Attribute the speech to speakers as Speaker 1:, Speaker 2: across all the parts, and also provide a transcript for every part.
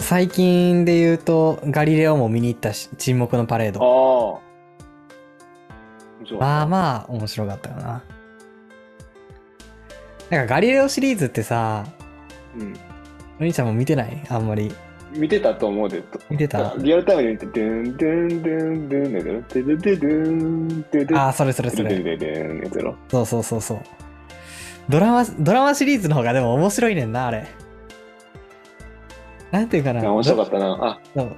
Speaker 1: 最近で言うと、ガリレオも見に行ったし、沈黙のパレー
Speaker 2: ああ。
Speaker 1: ド。
Speaker 2: 面白
Speaker 1: ま
Speaker 2: か
Speaker 1: あ
Speaker 2: っ
Speaker 1: まあ、面白かったよな。なんかガリレオシリーズってさ、
Speaker 2: た。うん。
Speaker 1: お兄ちゃんも見てないあんまり。
Speaker 2: 見てたと思うで。
Speaker 1: 見てた
Speaker 2: リアルタイムで見て、ドゥンドゥンドゥンドゥンドゥンドゥンドゥンドゥンドゥンドゥン
Speaker 1: ああ、それそれそれ。
Speaker 2: ドゥンドゥンドゥンドゥンドゥンドゥン
Speaker 1: そうそうそうそう。ドラマ、ドラマシリーズの方がでも面白いねんな、あれ。なんていうかな。
Speaker 2: 面白かったな。
Speaker 1: そう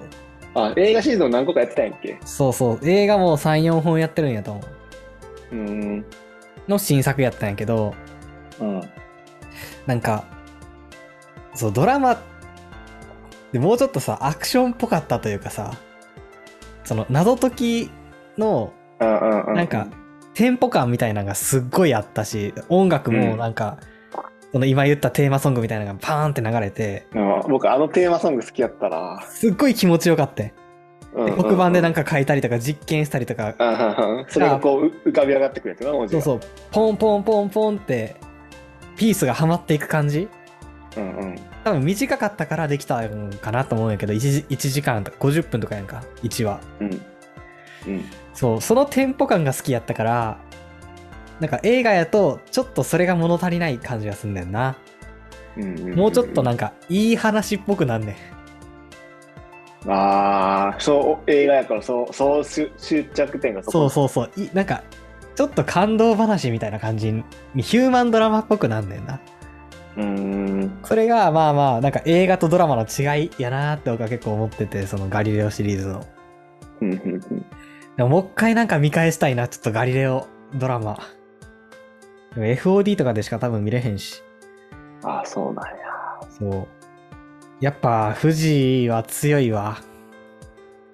Speaker 2: あ、あ、映画シーズン何個かやってたんやっけ
Speaker 1: そうそう。映画も3、4本やってるんやと思う。
Speaker 2: うーん。
Speaker 1: の新作やったんやけど、
Speaker 2: うん。
Speaker 1: なんか、そう、ドラマ、でもうちょっとさ、アクションっぽかったというかさ、その謎解きの
Speaker 2: うんうんうん。
Speaker 1: なんか、テンポ感みたいなのがすっごいあったし、音楽もなんか、その今言ったテーマソングみたいなのがパーンって流れて、
Speaker 2: うん僕あのテーマソング好きやったな。
Speaker 1: すっごい気持ちよかったよ。
Speaker 2: うん
Speaker 1: で黒板でなん
Speaker 2: か。
Speaker 1: か書いたりとか実験したりとか、
Speaker 2: うんうんうんそれがこうう浮かび上がってくるやつな、文字
Speaker 1: そう
Speaker 2: が。
Speaker 1: そう、ポンポンポンポンって、ピースがはまっていく感じ
Speaker 2: うんうん。
Speaker 1: 多分短かったからできたんかなと思うんやけど、1, 時1時間とか50分とかやんか、1話。
Speaker 2: うん。うん。
Speaker 1: そう、そのテンポ感が好きやったから、なんか映画やとちょっとそれが物足りない感じがすんだよな。
Speaker 2: うん
Speaker 1: もうちょっとなんんかいい話っぽくなんねん。
Speaker 2: ああそう映画やからそうそうし終着点がそ
Speaker 1: そう
Speaker 2: こ
Speaker 1: そうそう。いなんか、ちょっと感動話みたいな感じに、ヒューマンドラマっぽくなんねんな。
Speaker 2: ううーん
Speaker 1: それがまあまあ、なんか映画とドラマの違いやなーって僕は結構思ってて、そのガリレオシリーズの。
Speaker 2: うんうん
Speaker 1: でももう一回なんか見返したいな、ちょっとガリレオドラマ。でも FOD とかでしか多分見れへんし。
Speaker 2: ああそうなんや
Speaker 1: そう。やっぱ、富士は強いわ。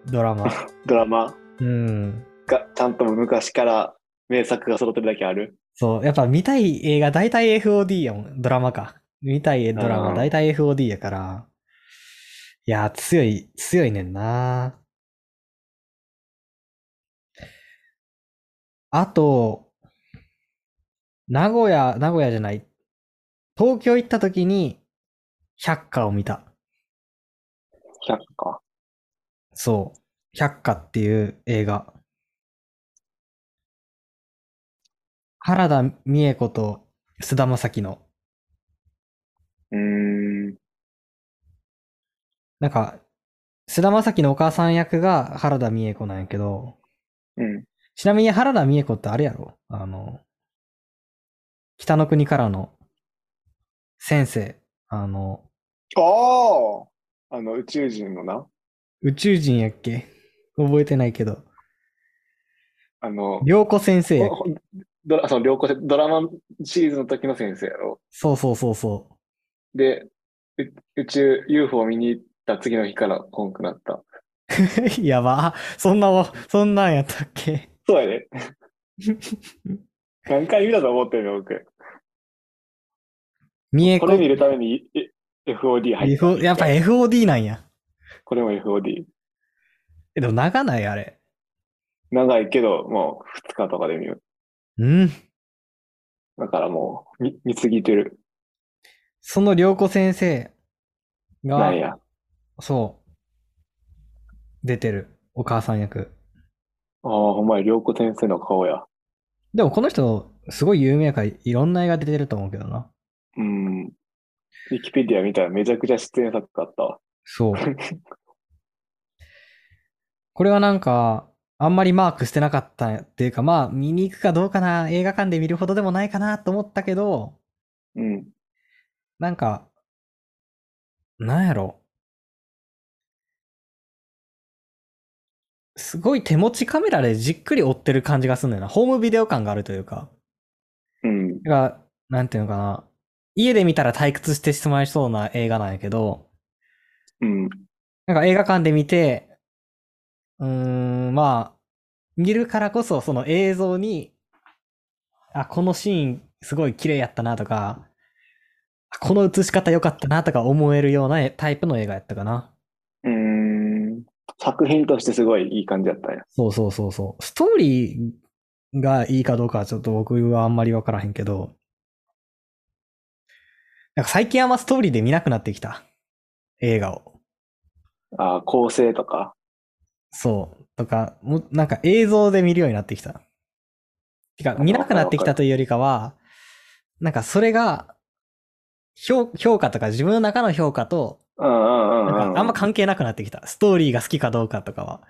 Speaker 1: ドラマ。
Speaker 2: ドラマ
Speaker 1: うん。
Speaker 2: がちゃんと昔から名作が揃ってるだけある
Speaker 1: そう。やっぱ見たい映画、大体 FOD やもん。ドラマか。見たいドラ
Speaker 2: う
Speaker 1: マ、
Speaker 2: ん
Speaker 1: 大体 FOD やから。いやー、強い、強いねんな。あと、名古屋、名古屋じゃない。東京行った時に、百花を見た。
Speaker 2: 100か
Speaker 1: そう。百花っていう映画。原田美恵子と菅田将暉の。
Speaker 2: うーん
Speaker 1: なんか、菅田将暉のお母さん役が原田美恵子なんやけど、
Speaker 2: うん
Speaker 1: ちなみに原田美恵子ってあれやろあの、北の国からの先生、あの、
Speaker 2: あああの宇宙人のな
Speaker 1: 宇宙人やっけ覚えてないけど、
Speaker 2: あの
Speaker 1: 良子先生やっけ
Speaker 2: ほほドラその両校でドラマシリーズの時の先生やろ
Speaker 1: そうそうそうそう。
Speaker 2: でう宇宙 UFO を見に行った次の日から本くなった
Speaker 1: やば。あそんなわ、そんなんやったっけ
Speaker 2: そうやで 何回見たと思ってるの僕
Speaker 1: 三重
Speaker 2: こ
Speaker 1: 子。
Speaker 2: れ見るためにえ FOD 入った。
Speaker 1: F- やっぱ FOD なんや。
Speaker 2: これも FOD。
Speaker 1: え、でも長ないあれ。
Speaker 2: 長いけど、もう2日とかで見る。
Speaker 1: うん。
Speaker 2: だからもう見見すぎてる。
Speaker 1: その良子先生
Speaker 2: な
Speaker 1: が
Speaker 2: ん、や。
Speaker 1: そう。出てる。お母さん役。
Speaker 2: ああ、お前、良子先生の顔や。
Speaker 1: でもこの人、すごい有名やから、いろんな映画出てると思うけどな。
Speaker 2: うん。ウィキペディア見たらめちゃくちゃ出演作あったわ。
Speaker 1: そう。これはなんか、あんまりマークしてなかったっていうか、まあ、見に行くかどうかな、映画館で見るほどでもないかなと思ったけど、
Speaker 2: うん。
Speaker 1: なんか、なんやろ。すごい手持ちカメラでじっくり追ってる感じがすんだよな。ホームビデオ感があるというか。
Speaker 2: うん。
Speaker 1: だから、なんていうのかな。家で見たら退屈してしまいそうな映画なんやけど、
Speaker 2: うん。
Speaker 1: なんか映画館で見て、うーん、まあ、見るからこそその映像に、あ、このシーンすごい綺麗やったなとか、あこの映し方良かったなとか思えるようなタイプの映画やったかな。
Speaker 2: うーん。作品としてすごいいい感じだったんや。
Speaker 1: そうそうそうそう。ストーリーがいいかどうかはちょっと僕はあんまりわからへんけど、なんか最近あんまストーリーで見なくなってきた。映画を。
Speaker 2: あー構成とか。
Speaker 1: そう。とか、もうなんか映像で見るようになってきた。てか、
Speaker 2: か
Speaker 1: 見なくなってきたというよりかは、なんかそれが、評評価とか自分の中の評価と、
Speaker 2: うんうんう
Speaker 1: なん
Speaker 2: うんん。
Speaker 1: かあんま関係なくなってきた。ストーリーが好きかどうかとかは。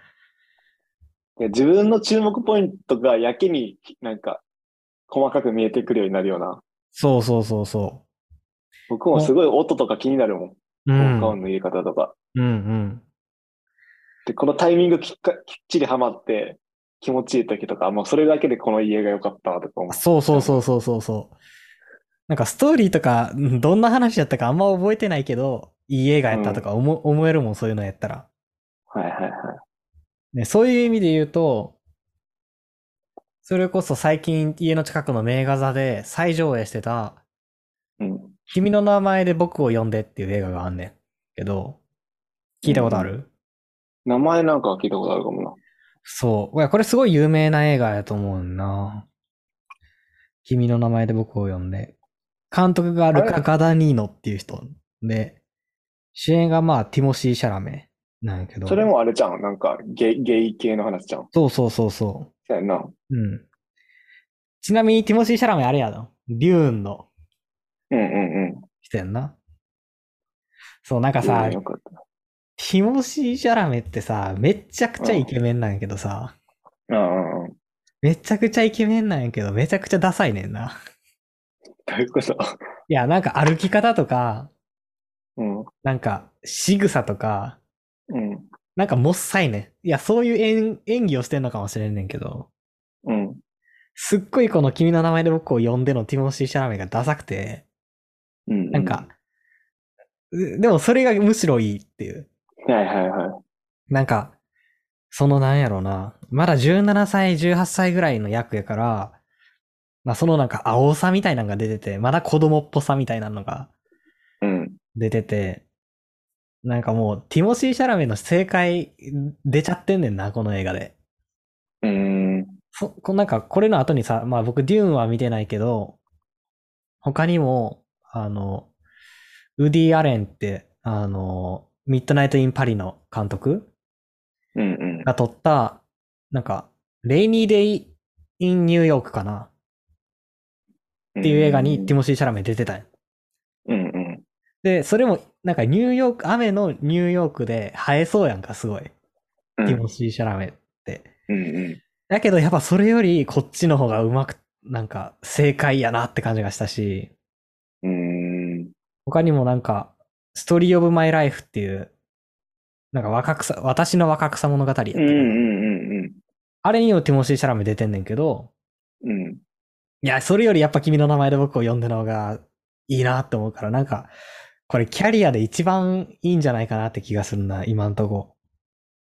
Speaker 2: で自分の注目ポイントがやけになんか細かく見えてくるようになるような。
Speaker 1: そうそうそうそ
Speaker 2: 僕もすごい音とか気になるもん。
Speaker 1: う。う
Speaker 2: 効
Speaker 1: ん。
Speaker 2: 果
Speaker 1: うん
Speaker 2: 音の入れ方とか。
Speaker 1: うん。
Speaker 2: で、このタイミングきっかきっちりハマって気持ちいい時とか、もうそれだけでこの家が良かったわとか思う。
Speaker 1: そうそうそうそうそうそう。なんかストーリーとか、うんどんな話やったかあんま覚えてないけど、いい映画やったとか思,、思えるもん、そういうのやったら。
Speaker 2: はいはいはい。
Speaker 1: ね、そういう意味で言うと、それこそ最近家の近くの名画座で再上映してた、
Speaker 2: うん。
Speaker 1: 君の名前で僕を呼んでっていう映画があんねん。けど、聞いたことある、
Speaker 2: 名前なんかは聞いたことあるかもな。
Speaker 1: そう。いや、これすごい有名な映画やと思うんな。君の名前で僕を呼んで。監督がルカ・ガダニーノっていう人で、主演がまあ、ティモシー・シャラメなんやけど。
Speaker 2: それ。もあれじゃん。なんかゲイゲイ系の話じゃん。
Speaker 1: そうそうそうそう。
Speaker 2: そうやんな。
Speaker 1: うん。ちなみに、ティモシー・シャラメあれやろデューンの
Speaker 2: うんうん
Speaker 1: 人やんな。そう、なん
Speaker 2: う
Speaker 1: か
Speaker 2: ん。
Speaker 1: さ、
Speaker 2: うん
Speaker 1: テ
Speaker 2: よかった。
Speaker 1: ィモシー・シャラメってさ、めっちゃくちゃイケメンなんやけどさ、
Speaker 2: うんうんうん。
Speaker 1: めちゃくちゃイケメンなんやけど、めちゃくちゃダサいねんな。
Speaker 2: どういうこと
Speaker 1: いや、なんか歩き方とか、
Speaker 2: うん。う
Speaker 1: なんか仕草とか、
Speaker 2: ん。
Speaker 1: なんかもっさいねん。いや、そういう演演技をしてんのかもしれんねんけど、
Speaker 2: うん。
Speaker 1: すっごいこの君の名前で僕を呼んでのティモシー・シャラメがダサくて、
Speaker 2: うん。
Speaker 1: なんか、うでもそれがむしろいいっていう。
Speaker 2: うん。はいはいはい。
Speaker 1: なんか、そのなんやろな。まだ17歳、18歳ぐらいの役やから、まあそのなんか青さみたいなのが出てて、まだ子供っぽさみたいなのが
Speaker 2: うん。
Speaker 1: 出てて、なんかもう、ティモシー・シャラメの正解出ちゃってんねんな、この映画で。
Speaker 2: うーん。
Speaker 1: そこなんかこれの後にさ、まあ僕デューンは見てないけど、他にも、あの、ウディ・アレンって、あの、ミッドナイト・イン・パリの監督
Speaker 2: うんうん。
Speaker 1: が撮った、なんか、レイニー・デイ・イン・ニューヨークかなっていう映画にティモシー・シャラメ出てたんよ
Speaker 2: うんうん。
Speaker 1: で、それも、なんかニューヨーク、雨のニューヨークで映えそうやんか、すごい。
Speaker 2: う
Speaker 1: ティ
Speaker 2: ん
Speaker 1: モシー・シャラメって。
Speaker 2: うんうん。
Speaker 1: だけどやっぱそれよりこっちの方がうまく、なんか正解やなって感じがしたし、
Speaker 2: うーん。
Speaker 1: 他にもなんか、ストーリーオブマイライフっていう、なんか若草、私の若草物語やったか
Speaker 2: う
Speaker 1: なん
Speaker 2: うんうん
Speaker 1: あれにもティモシー・シャラメ出てんねんけど、
Speaker 2: うん。うん。
Speaker 1: いや、それよりやっぱ君の名前で僕を呼んでの方がいいなって思うから、なんか、これキャリアで一番いいんじゃないかなって気がするな、今んとこ。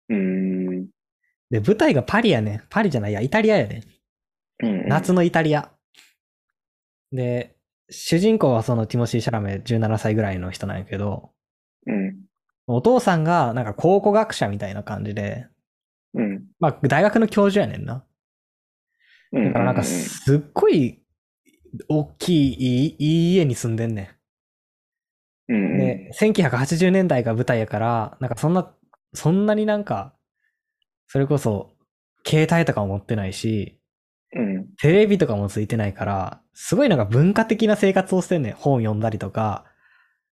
Speaker 2: うーん。
Speaker 1: で、舞台がパリやねん。パリじゃないや、イタリアやねん。
Speaker 2: うん
Speaker 1: 夏のイタリア。で、主人公はそのティモシー・シャラメ17歳ぐらいの人なんやけど、
Speaker 2: うん。
Speaker 1: お父さんがなんか考古学者みたいな感じで、
Speaker 2: うん。
Speaker 1: まあ大学の教授やねんな。
Speaker 2: うん。
Speaker 1: だからなんかすっごい大きいいいいい家に住んでんね
Speaker 2: うん
Speaker 1: ん。
Speaker 2: うん。
Speaker 1: で、1980年代が舞台やから、なんかそんな、そんなになんか、それこそ携帯とかも持ってないし、
Speaker 2: うん。
Speaker 1: テレビとかもついてないから、すごいなんか文化的な生活をしてんねん。本読んだりとか、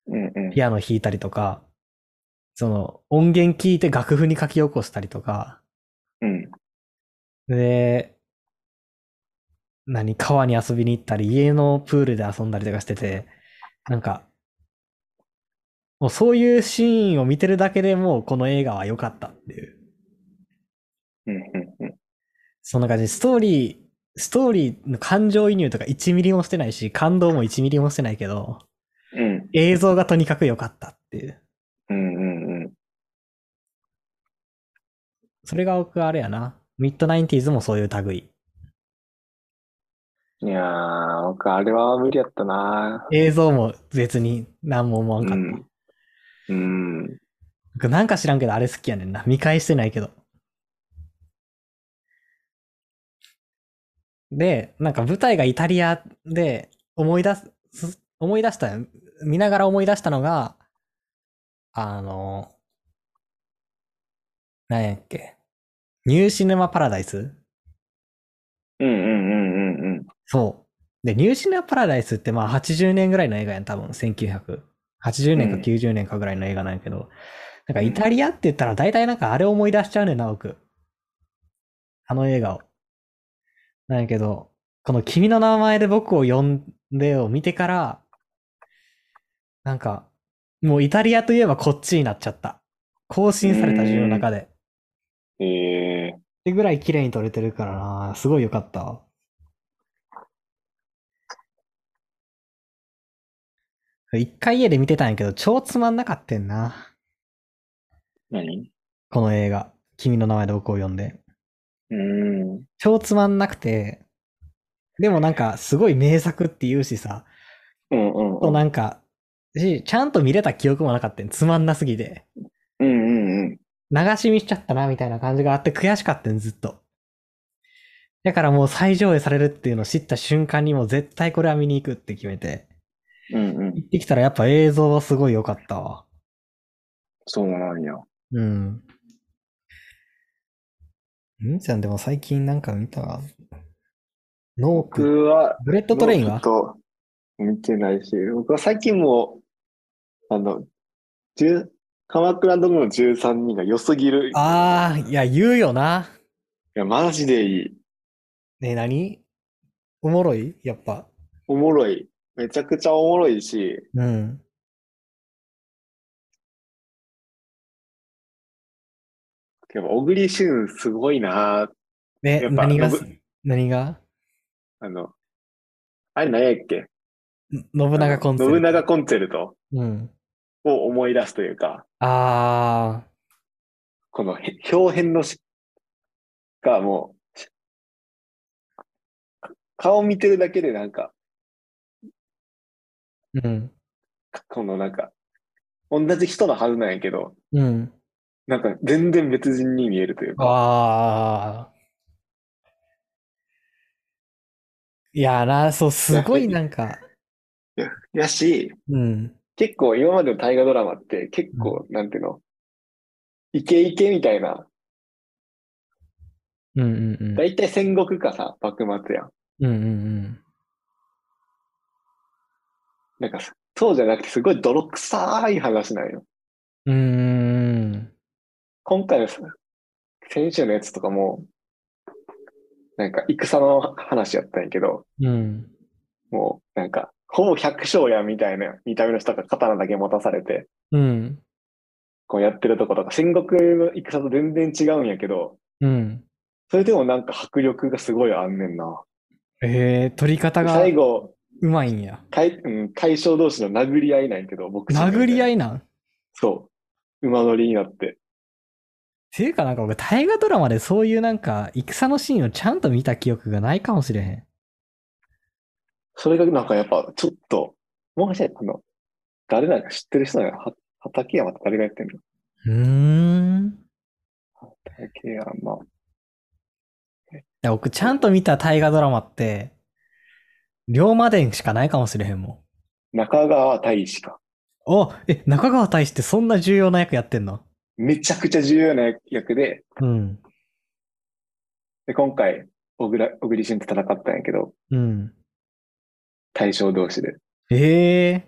Speaker 2: うんうん。
Speaker 1: ピアノ弾いたりとか、その音源聞いて楽譜に書き起こしたりとか、
Speaker 2: うん。
Speaker 1: で、何、川に遊びに行ったり、家のプールで遊んだりとかしてて、なんか、もうそういうシーンを見てるだけでもうこの映画は良かったっていう。
Speaker 2: うんうんうん。
Speaker 1: そんな感じで、ストーリー、ストーリーの感情移入とか1ミリもしてないし、感動も1ミリもしてないけど、
Speaker 2: うん。
Speaker 1: 映像がとにかく良かったっていう。
Speaker 2: うんうんうん。
Speaker 1: それが僕はあれやな。ミッドナインティーズもそういう類。
Speaker 2: いやー、僕、あれは無理やったな
Speaker 1: 映像も別に何も思わんかった。
Speaker 2: うんうん。
Speaker 1: 僕なんか知らんけどあれ好きやねんな。見返してないけど。で、なんか舞台がイタリアで思い出す、思い出した、見ながら思い出したのが、あの、何やっけニューシネマパラダイス
Speaker 2: うんうんうんうんうん。
Speaker 1: そう。で、ニューシネマパラダイスってまあ80年ぐらいの映画やん、多分。1980年か
Speaker 2: うん
Speaker 1: 90年かぐらいの映画なんやけど。なんかイタリアって言ったら大体なんかあれ思い出しちゃうねんな、僕。あの映画を。なんやけど、この君の名前で僕を呼んでを見てから、なんか、もうイタリアといえばこっちになっちゃった。更新された自分の中で。
Speaker 2: ええ
Speaker 1: ってぐらい綺麗に撮れてるからな、すごい良かったわ。一回家で見てたんやけど、超つまんなかったんな。
Speaker 2: 何
Speaker 1: この映画。君の名前で僕を呼んで。
Speaker 2: うん。
Speaker 1: 超つまんなくて。でもなんか、すごい名作って言うしさ。
Speaker 2: うんうん
Speaker 1: と
Speaker 2: うん。
Speaker 1: なんか、しちゃんと見れた記憶もなかったんつまんなすぎて。
Speaker 2: うんうんうん。
Speaker 1: 流し見しちゃったな、みたいな感じがあって悔しかったん、ずっと。だからもう再上映されるっていうのを知った瞬間にもう絶対これは見に行くって決めて。
Speaker 2: うんうん。
Speaker 1: 行ってきたらやっぱ映像はすごい良かったわ。
Speaker 2: そうなんや。
Speaker 1: うん。んちゃんでも最近なんか見たノープ。
Speaker 2: 僕は、
Speaker 1: ブレッドトレイン
Speaker 2: もう
Speaker 1: は
Speaker 2: ちょっと見てないし、僕は最近も、あの、十鎌倉殿の13人が良すぎる。
Speaker 1: ああ、いや、言うよな。
Speaker 2: いや、マジでいい。
Speaker 1: ねえ、何おもろいやっぱ。
Speaker 2: おもろい。めちゃくちゃおもろいし、
Speaker 1: うん。
Speaker 2: やっぱ小栗旬すごいな
Speaker 1: え、
Speaker 2: やっぱ
Speaker 1: 何が
Speaker 2: ノブ、
Speaker 1: 何が
Speaker 2: あの、あれ何やっけ
Speaker 1: 信長コンセルト
Speaker 2: 信長コンセルト
Speaker 1: うん。
Speaker 2: を思い出すというか、
Speaker 1: ああ、
Speaker 2: このへ表変のし、がもう、顔見てるだけでなんか、
Speaker 1: うん。
Speaker 2: このなんか、同じ人のはずなんやけど、
Speaker 1: うん。
Speaker 2: なんか全然別人に見えるというか、
Speaker 1: ああ。いやーな、そう、すごいなんか、
Speaker 2: やし、
Speaker 1: うん。
Speaker 2: 結構今までの大河ドラマって結構、なんていうの、イケイケみたいな、
Speaker 1: うんうんうん。
Speaker 2: だいたい戦国かさ、幕末やん。
Speaker 1: うんうん
Speaker 2: なんかさ、そうじゃなくてすごい泥臭い話なんよ。
Speaker 1: うん。うーん。
Speaker 2: 今回のさ、先週のやつとかも、なんか戦の話やったんやけど、
Speaker 1: うん。
Speaker 2: もうなんか、ほぼ百姓やみたいな見た目の人が刀だけ持たされて、
Speaker 1: うん。
Speaker 2: こうやってるとことか、戦国の戦と全然違うんやけど、
Speaker 1: うん。
Speaker 2: それでもなんか迫力がすごいあんねんな。
Speaker 1: えー、取り方が
Speaker 2: 最後、
Speaker 1: うまいんや。
Speaker 2: かいうん、対象同士の殴り合いなんやけど、僕
Speaker 1: 殴り合
Speaker 2: い
Speaker 1: いなん
Speaker 2: そう。馬乗りになって。
Speaker 1: ていうかなんか僕、大河ドラマでそういうなんか、戦のシーンをちゃんと見た記憶がないかもしれへん。
Speaker 2: それがなんかやっぱちょっと、もしかしてあの、誰なんか知ってる人なのは畠山って誰がやってんの
Speaker 1: うーん。
Speaker 2: 畠山。
Speaker 1: いや、僕、ちゃんと見た大河ドラマって、龍馬伝しかないかもしれへんも
Speaker 2: 中川大志か。
Speaker 1: ん。お、え、中川大志ってそんな重要な役やってんの
Speaker 2: めちゃくちゃ重要な役で、
Speaker 1: うん。
Speaker 2: で今回、小倉小栗旬と戦ったんやけど、
Speaker 1: うん。
Speaker 2: 対象同士で。
Speaker 1: ええ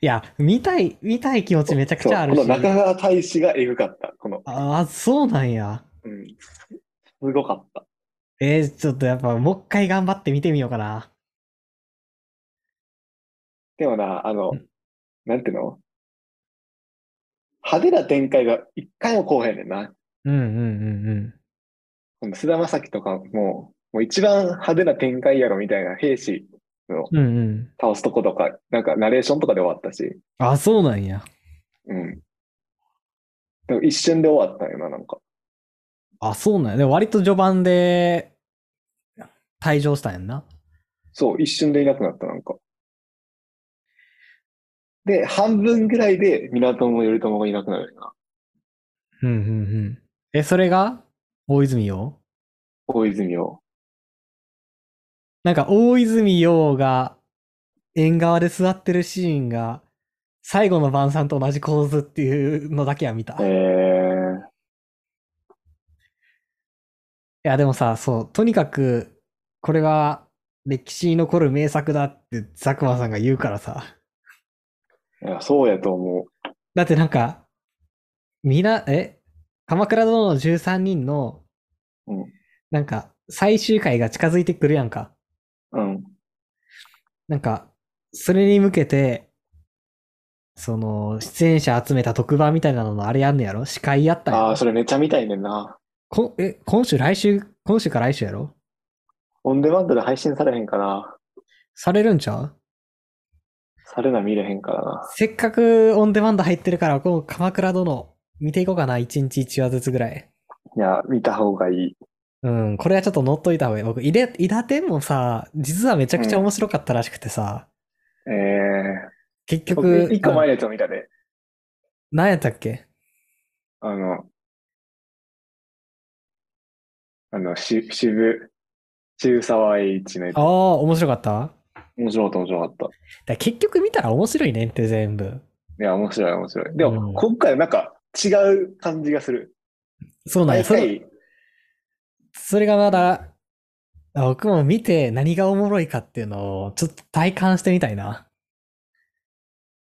Speaker 1: いや、見たい、見たい気持ちめちゃくちゃあるし。
Speaker 2: そうこの中川大志がエグかった。この、
Speaker 1: ああ、そうなんや。
Speaker 2: うん、すごかった。
Speaker 1: えー、ちょっとやっぱ、もう一回頑張って見てみようかな。
Speaker 2: でもな、あの
Speaker 1: うん、
Speaker 2: なんていうの派手な展開が一回もこうへんねんな。
Speaker 1: うんうんうんうん。
Speaker 2: この菅田将暉とかも、もう一番派手な展開やろみたいな兵士の
Speaker 1: うんうん。
Speaker 2: 倒すとことか、なんかナレーションとかで終わったし、
Speaker 1: あ、そうなんや。
Speaker 2: うん。でも一瞬で終わったよな、なんか。
Speaker 1: あ、そうなんや。でも割と序盤で、退場したんやんな。
Speaker 2: そう、一瞬でいなくなった、なんか。で、半分ぐらいで港も頼朝がいなくなるよな。
Speaker 1: うんうんうん。え、それが大泉洋
Speaker 2: 大泉洋。
Speaker 1: なんか大泉洋が縁側で座ってるシーンが最後の晩餐と同じ構図っていうのだけは見た。
Speaker 2: えー、
Speaker 1: や、でもさ、そう、とにかく、これは歴史に残る名作だって佐久間さんが言うからさ。
Speaker 2: いや、そうやと思
Speaker 1: だってなんか、みな、え鎌倉殿の13人の、
Speaker 2: うん
Speaker 1: なんか、最終回が近づいてくるやんか。
Speaker 2: う。うん。
Speaker 1: なんか、それに向けて、その、出演者集めた特番みたいなののあれやんのやろ司会やったんや
Speaker 2: ああ、
Speaker 1: ろ
Speaker 2: それめっちゃ見たいねんな。
Speaker 1: こえ、今週、来週、今週か来週やろ
Speaker 2: オンデマンドで配信されへんから、
Speaker 1: されるんちゃう
Speaker 2: されな見れへんからな。
Speaker 1: せっかくオンデマンド入ってるから、この鎌倉殿、見ていこうかな。1日1話ずつぐらい。
Speaker 2: いや、見た方がいい。
Speaker 1: うん、これはちょっと乗っといた方がいい。僕、いで、いだてんもさ、実はめちゃくちゃ面白かったらしくてさ、
Speaker 2: え
Speaker 1: 結
Speaker 2: え
Speaker 1: 局、
Speaker 2: 一個前
Speaker 1: うん
Speaker 2: のやつを見たで。
Speaker 1: 何やったっけ
Speaker 2: あの、あの、し、渋、渋沢栄一のやつ
Speaker 1: あ。あ、面白かっただか
Speaker 2: 面白かった、面白かった。
Speaker 1: ら結局見たら面白いねんって全部。
Speaker 2: いや、面白い、面白い。でも、
Speaker 1: うん
Speaker 2: 今回はなんか違う感じがする。
Speaker 1: そうなんや。
Speaker 2: 毎
Speaker 1: それ
Speaker 2: 回、
Speaker 1: それがまだ、あ僕も見て何がおもろいかっていうのをちょっと体感してみたいな。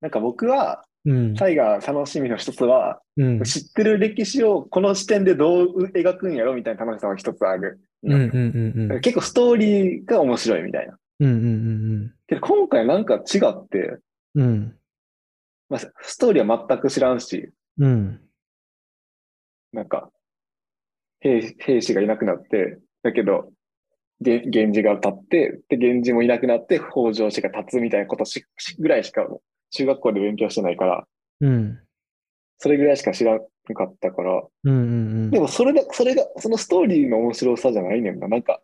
Speaker 2: なんか僕は、
Speaker 1: うん。
Speaker 2: タイが楽しみの一つは、
Speaker 1: うん。
Speaker 2: 知ってる歴史をこの視点でどう描くんやろみたいな楽しさが一つある。
Speaker 1: うんうんうんうん。
Speaker 2: 結構ストーリーが面白いみたいな。
Speaker 1: うんうん
Speaker 2: けど今回なんか違って、
Speaker 1: うんうん。うん。
Speaker 2: まあ、ストーリーは全く知らんし、
Speaker 1: うん。
Speaker 2: なんか、兵兵士がいなくなって、だけど、げ源氏が立って、で、源氏もいなくなって、北条氏が立つみたいなことししぐらいしか、中学校で勉強してないから、
Speaker 1: うん。
Speaker 2: それぐらいしか知らなかったから、
Speaker 1: うんうん
Speaker 2: でもそれだ、それが、そのストーリーの面白さじゃないねんな。なんか、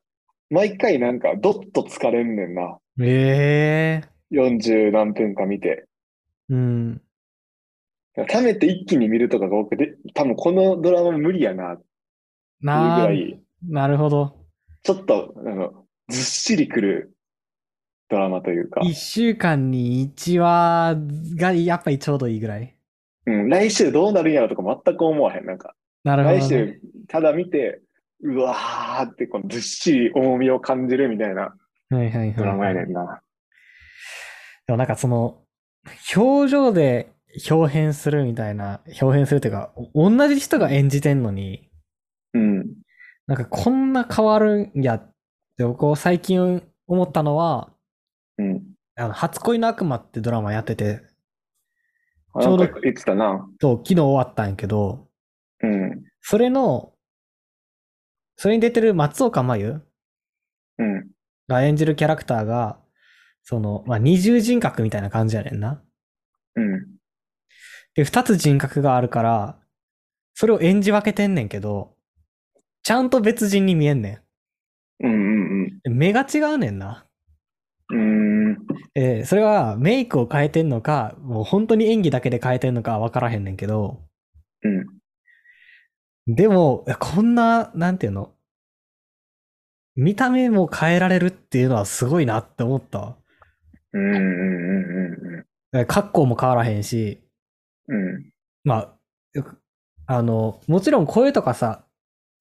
Speaker 2: 毎回なんか、どっと疲れんねんな。
Speaker 1: うん。ええ
Speaker 2: 40何分か見て。
Speaker 1: ー。うん。
Speaker 2: 溜めて一気に見るとかが多くて、多分このドラマ無理やな、っていうぐ
Speaker 1: な
Speaker 2: ら
Speaker 1: あ、
Speaker 2: い、
Speaker 1: なるほど。
Speaker 2: ちょっと、あの、ずっしりくるドラマというか、
Speaker 1: 一週間に一話がやっぱりちょうどいいぐらい。
Speaker 2: うん、来週どうなるんやろとか全く思わへん。なんか、
Speaker 1: なるほど、
Speaker 2: 来
Speaker 1: ね。
Speaker 2: 週、ただ見て、うわーって、このずっしり重みを感じるみたいな
Speaker 1: はいはいはい。
Speaker 2: ドラマやねんな。
Speaker 1: でもなんかその、表情で表変するみたいな、表変するというか、お同じ人が演じてんのに、
Speaker 2: うん。
Speaker 1: なんかこんな変わるんやって、僕最近思ったのは、
Speaker 2: うん。
Speaker 1: あの、初恋の悪魔ってドラマやってて、
Speaker 2: ち
Speaker 1: ちょ
Speaker 2: ょう
Speaker 1: う
Speaker 2: ど
Speaker 1: ど
Speaker 2: 言ってたな。
Speaker 1: と昨日終わったんやけど、
Speaker 2: うん。
Speaker 1: それの、それに出てる松岡真優
Speaker 2: うん。
Speaker 1: が演じるキャラクターが、その、まあ、二重人格みたいな感じやねんな。
Speaker 2: うん。
Speaker 1: で、二つ人格があるから、それを演じ分けてんねんけど、ちゃんと別人に見えんね
Speaker 2: うん。
Speaker 1: ん。で目が違うねんな。
Speaker 2: うん。うん。
Speaker 1: えーそれはメイクを変えてんのか、もう本当に演技だけで変えてんのかわからへんねんけど、
Speaker 2: うん。
Speaker 1: でも、いやこんな、なんていうの、見た目も変えられるっていうのはすごいなって思ったわ。
Speaker 2: うん。うん。
Speaker 1: えー格好も変わらへんし、
Speaker 2: うん。
Speaker 1: まあよく、あの、もちろん声とかさ、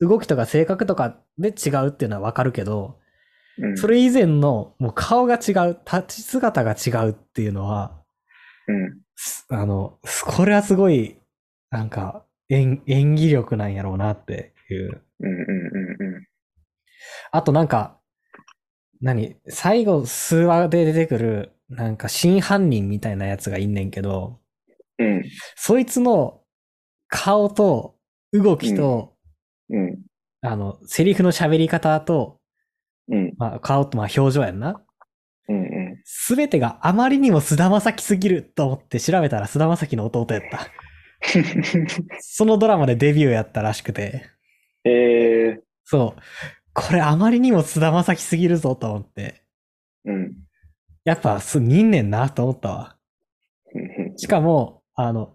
Speaker 1: 動きとか性格とかで違うっていうのはわかるけど、
Speaker 2: うん。
Speaker 1: それ以前のもう顔が違う、立ち姿が違うっていうのは、
Speaker 2: うん。
Speaker 1: すあの、すこれはすごい、なんか演、演技力なんやろうなっていう。
Speaker 2: うん。うん。うん。
Speaker 1: あとなんか、何最後、数話で出てくる、なんか真犯人みたいなやつがいんねんけど、
Speaker 2: うん。
Speaker 1: そいつの顔と動きと、
Speaker 2: うん。
Speaker 1: あの、セリフの喋り方と、
Speaker 2: うん。
Speaker 1: まあ、顔とまあ表情やんな。
Speaker 2: うん。
Speaker 1: すべてがあまりにも菅田将暉すぎると思って調べたら菅田将暉の弟やった。そのドラマでデビューやったらしくて。
Speaker 2: えー。
Speaker 1: そう。これあまりにも菅田将暉すぎるぞと思って。
Speaker 2: うん。
Speaker 1: やっぱす、似んねんなと思ったわ。しかも、あの、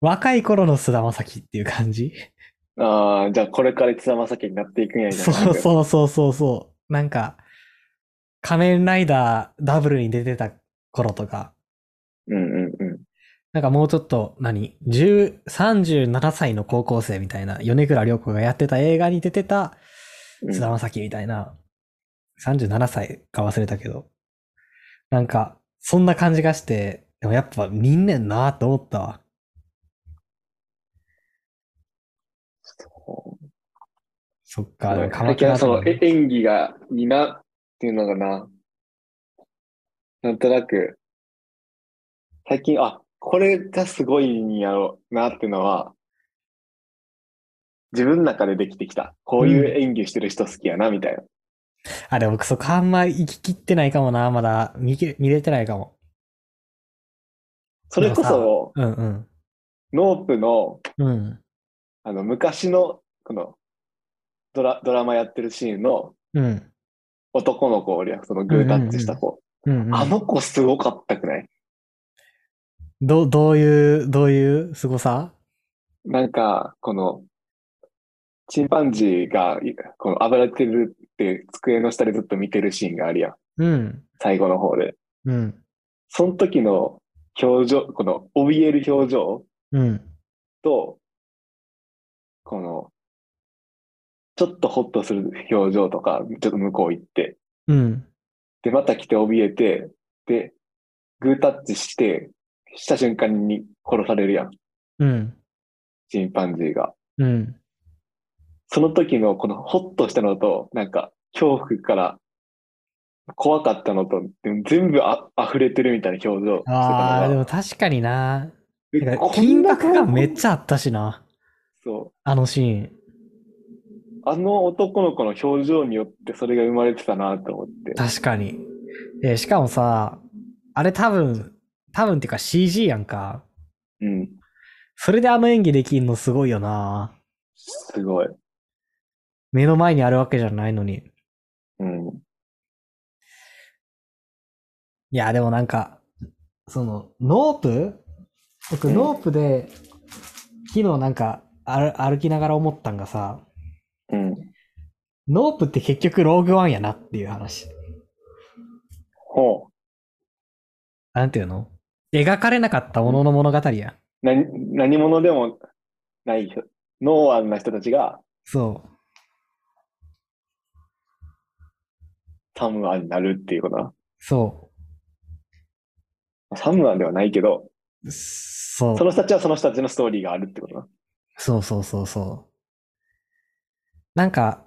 Speaker 1: 若い頃の菅田将暉っていう感じ。
Speaker 2: ああ、じゃあこれから津田将暉になっていくんやみた
Speaker 1: そ
Speaker 2: いうな。
Speaker 1: そうそうそうそう。なんか、仮面ライダーダブルに出てた頃とか、
Speaker 2: う。うんうんうん。
Speaker 1: なんかもうちょっと何、10 37歳の高校生みたいな、米倉涼子がやってた映画に出てた
Speaker 2: うん
Speaker 1: 菅田将暉みたいな、37歳か忘れたけど、なんか、そんな感じがして、でもやっぱ見んねんなと思ったわ。
Speaker 2: そう
Speaker 1: そっか、でも
Speaker 2: 最近はそのえ演技がいいなっていうのがな、なんとなく、最近、あ、これがすごいんやろうなっていうのは、自分の中でできてきた。こういう演技してる人好きやな、みたいな。
Speaker 1: あ、でも僕そこあんま行ききってないかもな、まだ見き見れてないかも。
Speaker 2: それこ
Speaker 1: で
Speaker 2: そ、
Speaker 1: うんうん。
Speaker 2: ノープの、
Speaker 1: うん。
Speaker 2: あの、昔の、この、ドラ、ドラマやってるシーンの
Speaker 1: うん。
Speaker 2: 男の子をそのグータッチした子。
Speaker 1: うん、うん。
Speaker 2: あの子すごかったくない
Speaker 1: ど、どういう、どういう凄さ
Speaker 2: なんか、この、チンパンジーが、いこの、暴れてるって、机の下でずっと見てるシーンがあるやん。
Speaker 1: うん。
Speaker 2: 最後の方で。
Speaker 1: うん。
Speaker 2: その時の表情、この、怯える表情
Speaker 1: うん。
Speaker 2: と、この、ちょっとホッとする表情とか、ちょっと向こう行って、
Speaker 1: うん。
Speaker 2: で、また来て怯えて、で、グータッチして、した瞬間に殺されるやん。
Speaker 1: うん。
Speaker 2: チンパンジーが。
Speaker 1: うん。
Speaker 2: その時のこのホッとしたのと、なんか恐怖から怖かったのと、でも全部あ溢れてるみたいな表情してたの
Speaker 1: ああ、で
Speaker 2: が
Speaker 1: も確かにな。
Speaker 2: え
Speaker 1: なんか
Speaker 2: こん
Speaker 1: 金
Speaker 2: な
Speaker 1: 額がめっ
Speaker 2: 顔
Speaker 1: ちゃあったしな。
Speaker 2: そ
Speaker 1: あのシーン。
Speaker 2: う。あの男の子の表情によってそれが生まれてたなと思って。
Speaker 1: 確かに。えーしかもさ、あれ多分、多分っていうか CG やんか。
Speaker 2: うん。
Speaker 1: それであの演技できんのすごいよな。
Speaker 2: すごい。
Speaker 1: 目の前にあるわけじゃないのに。
Speaker 2: うん。
Speaker 1: いや、でもなんか、その、ノープ僕、
Speaker 2: うん
Speaker 1: ノープで、昨日なんか、ある歩きながら思ったんがさ、
Speaker 2: うん。
Speaker 1: ノープって結局ローグワンやなっていう話。
Speaker 2: ほ
Speaker 1: なんていうの描かれなかったものの物語や。
Speaker 2: う。な、何者でもない人、ノーアンな人たちが
Speaker 1: そう。
Speaker 2: サムアンになるっていうことな。
Speaker 1: そ
Speaker 2: サムアンではないけど、
Speaker 1: う。そう。
Speaker 2: その人たちはその人たちのストーリーがあるってことな。
Speaker 1: そうそうそうそう。なんか、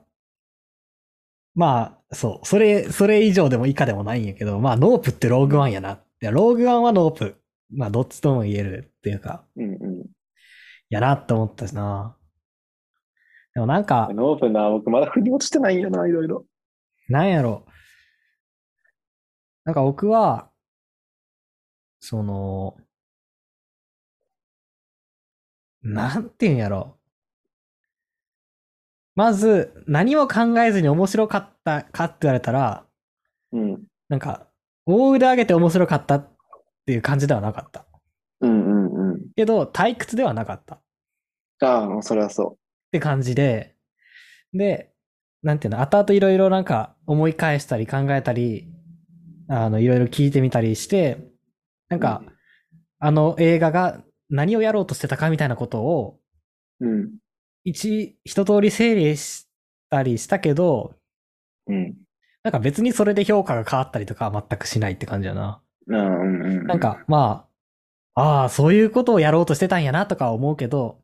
Speaker 1: まあ、そう。それ、それ以上でも以下でもないんやけど、まあ、ノープってローグワンやな。いや、ローグワンはノープ。まあ、どっちとも言えるっていうか、
Speaker 2: うんうん。
Speaker 1: やなって思ったしな。でもなんか、
Speaker 2: ノープな、僕まだ振り落ちてないんやな、いろいろ。
Speaker 1: なんやろ。なんか僕は、その、なんていうんやろ。まず、何も考えずに面白かったかって言われたら、
Speaker 2: うん。
Speaker 1: なんか、大腕上げて面白かったっていう感じではなかった。
Speaker 2: うんうんうん。
Speaker 1: けど、退屈ではなかったっ
Speaker 2: ああ、もうそれはそ
Speaker 1: て感じで、で、なんていうの、後々いろいろなんか思い返したり考えたり、あの、いろいろ聞いてみたりして、な
Speaker 2: う。
Speaker 1: んか、あの映画が何をやろうとしてたかみたいなことを、
Speaker 2: うん。
Speaker 1: 一、一通り整理したりしたけど、
Speaker 2: うん。
Speaker 1: なんか別にそれで評価が変わったりとかは全くしないって感じだな。
Speaker 2: うんうんうん。
Speaker 1: なん、か、まあ、ああ、そういうことをやろうとしてたんやなとかは思うけど、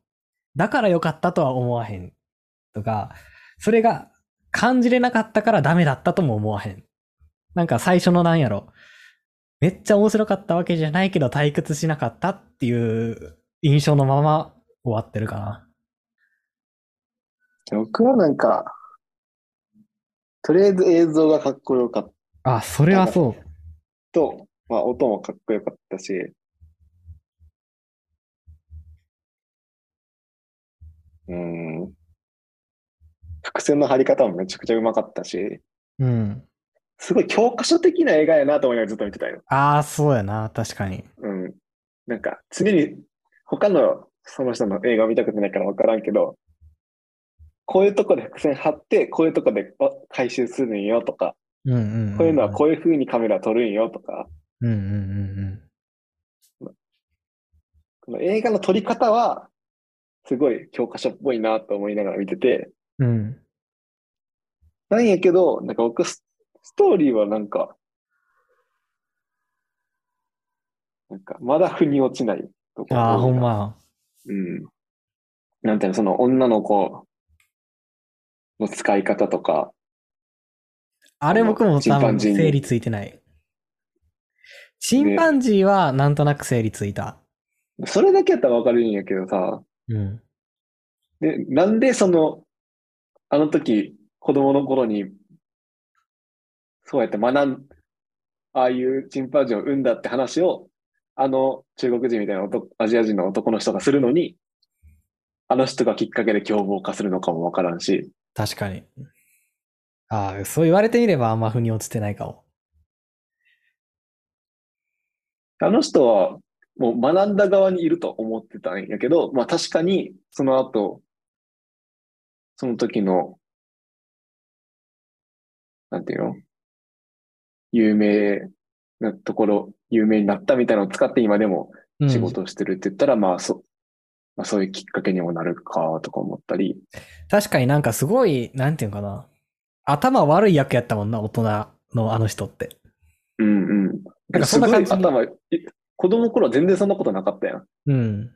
Speaker 1: だから良かったとは思わへん。とか、それが感じれなかったからダメだったとも思わへん。なんか最初のなんやろ。めっちゃ面白かったわけじゃないけど退屈しなかったっていう印象のまま終わってるかな。
Speaker 2: 僕はなんか、とりあえず映像がかっこよかった
Speaker 1: あ、それはそ
Speaker 2: と、まあ音もかっこよかったし、うん。伏線の張り方もめちゃくちゃうまかったし、
Speaker 1: う。うん。
Speaker 2: すごい教科書的な映画やなと思いながらずっと見てたよ。
Speaker 1: ああ、そうやな。確かに。
Speaker 2: うん。なんか、常に、他のその人の映画を見たことないから分からんけど、こういうとこで伏線張って、こういうとこであ回収するんよとか、
Speaker 1: うんうん、うん。
Speaker 2: こういうのはこういう風にカメラ撮るんよとか、
Speaker 1: うんうんうんうん。
Speaker 2: この映画の撮り方は、すごい教科書っぽいなと思いながら見てて、
Speaker 1: うん。
Speaker 2: なんやけど、なんか僕ス、ストーリーはなんか、なんか、まだ腑に落ちないところが
Speaker 1: ああ、ほん。ま。
Speaker 2: うん。なんていうの、その女の子の使い方とか、
Speaker 1: あれ僕も
Speaker 2: チン
Speaker 1: 多
Speaker 2: パ
Speaker 1: 分
Speaker 2: ンジーに
Speaker 1: 整理ついてない。チンパンジーはなんとなく整理ついた。
Speaker 2: それだけやったらわかるんやけどさ、
Speaker 1: うん。
Speaker 2: で、なんでその、あの時、子供の頃に、そうやって学ん、ああいうチンパンジーを産んだって話を、あの中国人みたいな男、アジア人の男の人がするのに、あの人がきっかけで凶暴化するのかもわからんし、
Speaker 1: 確かに。ああ、そう言われてみればあんま腑に落ちてないかも。
Speaker 2: あの人はもう学んだ側にいると思ってたんやけど、まあ確かにその後、その時の、なんていうの有名なところ、有名になったみたいなのを使って今でも
Speaker 1: うん、
Speaker 2: 仕事をしてるって言ったら、まあそ、まあそういうきっかけにもなるかとか思ったり、
Speaker 1: 確かになんかすごい、なんていうのかな。頭悪い役やったもんな、大人のあの人って。
Speaker 2: うんうん。
Speaker 1: なんかそんな感じ
Speaker 2: すごい頭、え子供の頃は全然そんなことなかったやん。
Speaker 1: うん。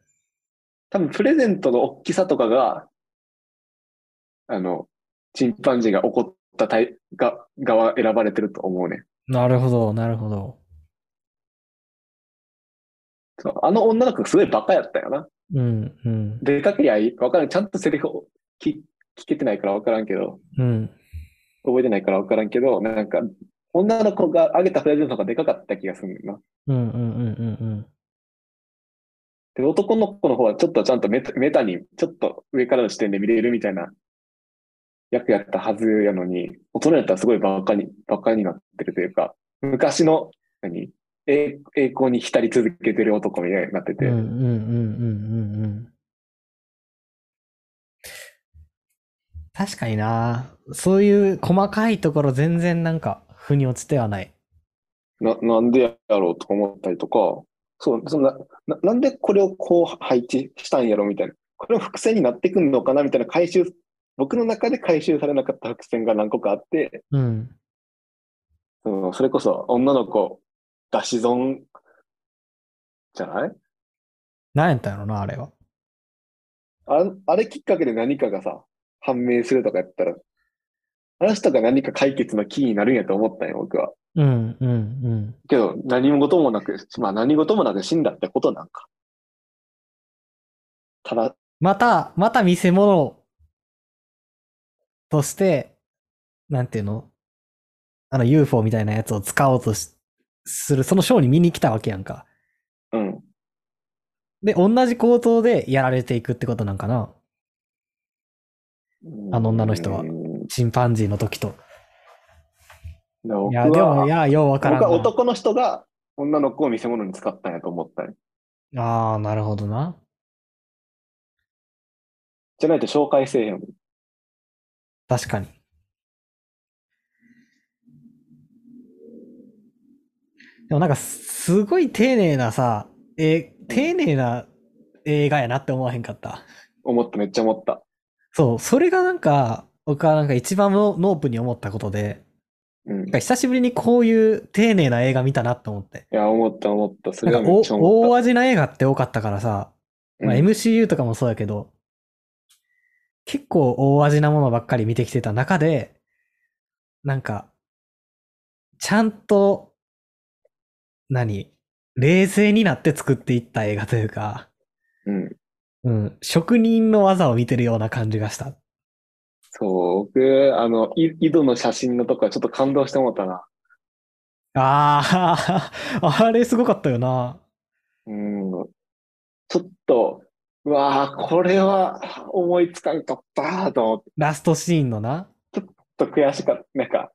Speaker 2: 多分プレゼントの大きさとかが、あの、チンパンジーが怒ったタイが側選ばれてると思うね。
Speaker 1: なるほど、なるほど。
Speaker 2: そうあの女の子がすごいバカやったよな。
Speaker 1: うん、うん、
Speaker 2: 出かけりゃいいわからん。ちゃんとセリフを聞聞けてないからわからんけど、
Speaker 1: うん。
Speaker 2: 覚えてないからわからんけど、なんか、女の子があげたプレゼントの方がでかかった気がするんだな。
Speaker 1: うん、うん、うん、うん、
Speaker 2: で、男の子の方はちょっとちゃんとメタメタに、ちょっと上からの視点で見れるみたいな役やったはずやのに、大人やったらすごいバカに、バカになってるというか、昔の、何栄栄光に浸り続けてる男みたいになって
Speaker 1: うん。う
Speaker 2: て、
Speaker 1: ん、うん、うん、うん、うん、うん。確かにな。そういう細かいところ全然なんか、腑に落ちてはない。
Speaker 2: な、なんでやろうと思ったりとか、そう、そんな、な、なんでこれをこう配置したんやろみたいな。これも伏線になってくんのかなみたいな回収、僕の中で回収されなかった伏線が何個かあって、
Speaker 1: うん。
Speaker 2: そのそれこそ女の子、出し損じゃない
Speaker 1: なんやったんやろな、あれは。
Speaker 2: ああれきっかけで何かがさ、判明するとかやったら、あの人が何か解決のキーになるんやと思ったんよ、僕は。
Speaker 1: うん、うん、うん。
Speaker 2: けど、何事もなく、まあ何事もなく死んだってことなんか。ただ、
Speaker 1: また、また見せ物として、なんていうのあの UFO みたいなやつを使おうとしする、そのショーに見に来たわけやんか。
Speaker 2: うん。
Speaker 1: で、同じ行動でやられていくってことなんかなあの女の人は
Speaker 2: うん
Speaker 1: チンパンジーの時と。い
Speaker 2: 僕
Speaker 1: や、でも、
Speaker 2: は、
Speaker 1: いや、ようわからん
Speaker 2: 僕
Speaker 1: な。
Speaker 2: は男の人が女の子を見せ物に使ったんやと思ったんよ
Speaker 1: ああ、なるほどな。
Speaker 2: じゃないと紹介せえへん。
Speaker 1: 確かに。でもなんかす、すごい丁寧なさ、えー丁寧な映画やなって思わへんかった。
Speaker 2: 思った、めっちゃ思った。
Speaker 1: そう、それがなんか、僕はなんか一番のノープに思ったことで、
Speaker 2: うん。
Speaker 1: なんか久しぶりにこういう丁寧な映画見たなって思って。
Speaker 2: いや、思った、思った。それ
Speaker 1: な
Speaker 2: は
Speaker 1: んか
Speaker 2: め
Speaker 1: お
Speaker 2: っちゃ思
Speaker 1: 大
Speaker 2: っ
Speaker 1: 味な映画って多かったからさ、
Speaker 2: た。
Speaker 1: まあ、
Speaker 2: うん
Speaker 1: MCU とかもそうやけど、結構大味なものばっかり見てきてた中で、なんか、ちゃんと、何冷静になって作っていった映画というか、
Speaker 2: うん。
Speaker 1: うん、職人の技を見てるような感じがした。
Speaker 2: そう、僕、あの、い井戸の写真のとこはちょっと感動してもったな。
Speaker 1: あ あ、あれすごかったよな。
Speaker 2: うん。ちょっと、うわあ、これは思いつかんかったーと思って、
Speaker 1: ラストシーンのな。
Speaker 2: ちょっと悔しかった。なんか、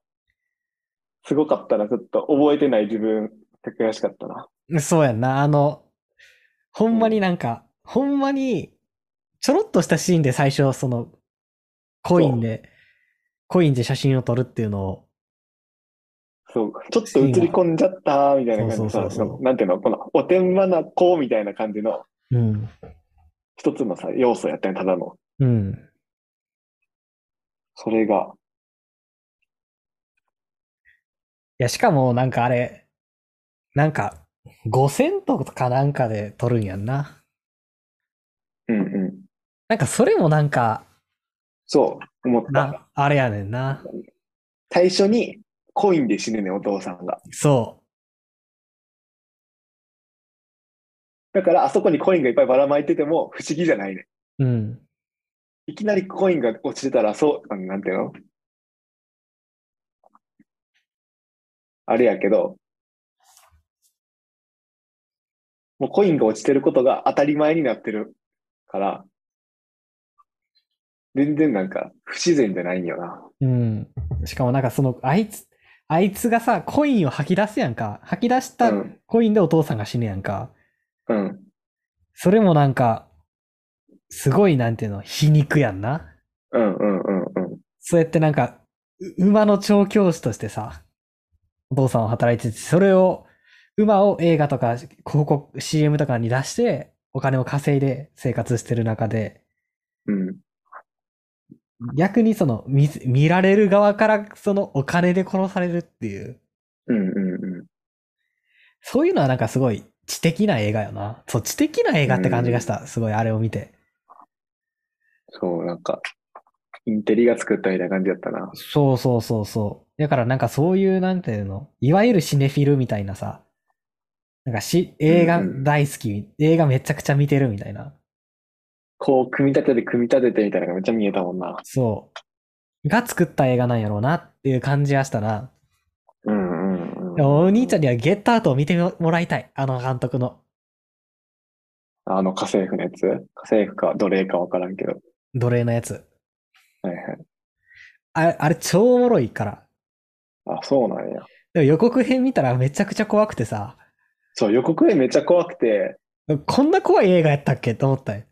Speaker 2: すごかったな。ちょっと覚えてない自分って悔しかったな。
Speaker 1: そうやんな。あの、ほんまになんか、ほんまに、ちょろっとしたシーンで最初、その、コインで、コインで写真を撮るっていうのを、
Speaker 2: そう、ちょっと映り込んじゃったーみたいな感じで
Speaker 1: そう
Speaker 2: さ、
Speaker 1: そうそうそう
Speaker 2: そのなんていうの、この、おてんばな子みたいな感じの
Speaker 1: うん。
Speaker 2: 一つのさ、要素やったね、ただの。
Speaker 1: うん。
Speaker 2: それが、
Speaker 1: や、しかもなんかあれ、なんか5000とかなんかで撮るんやんな。
Speaker 2: うんうん。
Speaker 1: なんかそれもなんか、
Speaker 2: そう、思った。
Speaker 1: な、あれやねんな。
Speaker 2: 最初にコインで死ぬねん、お父さんが。
Speaker 1: そ
Speaker 2: だから、あそこにコインがいっぱいばらまいてても不思議じゃないね。
Speaker 1: う。うん。
Speaker 2: いきなりコインが落ちてたら、そう、なんていうのあれやけど、もうコインが落ちてることが当たり前になってるから、全然なんか不自然じゃないんよな。
Speaker 1: うん。しかもなんかその、あいつ、あいつがさ、コインを吐き出すやんか。吐き出した
Speaker 2: うん
Speaker 1: コインでお父さんが死ぬやんか。
Speaker 2: うん。
Speaker 1: それもなんか、すごいなんていうの、皮肉やんな。
Speaker 2: うんうんうんうん。
Speaker 1: そうやってなんか、う馬の調教師としてさ、お父さんを働いてて、それを、馬を映画とか広告、CM とかに出して、お金を稼いで生活してる中で、
Speaker 2: うん。
Speaker 1: 逆にその見せ、見られる側からそのお金で殺されるっていう、
Speaker 2: うんうんうん。
Speaker 1: そういうのはなんかすごい知的な映画よな。そう、知的な映画って感じがした。すごいあれを見て。
Speaker 2: そう、なんか、インテリが作ったみたいな感じだったな。
Speaker 1: そうそうそうそう。だからなんかそういう、なんていうの、いわゆるシネフィルみたいなさ、なんかし、映画大好き、映画めちゃくちゃ見てるみたいな。
Speaker 2: こう、組み立てて組み立ててみたいなのがめっちゃ見えたもんな。
Speaker 1: そう。が作った映画なんやろうなっていう感じはしたな。
Speaker 2: うんうんうん。
Speaker 1: お兄ちゃんにはゲットアウトを見てもらいたい。あの監督の。
Speaker 2: あの、家政婦のやつ家政婦か奴隷かわからんけど。
Speaker 1: 奴隷のやつ。
Speaker 2: はいはい。
Speaker 1: あれ、あれ超おもろいから。
Speaker 2: あ、そうなんや。
Speaker 1: でも予告編見たらめちゃくちゃ怖くてさ、
Speaker 2: そう、予告編めっちゃ怖くて、
Speaker 1: こんな怖い映画やったっけと思ったよ。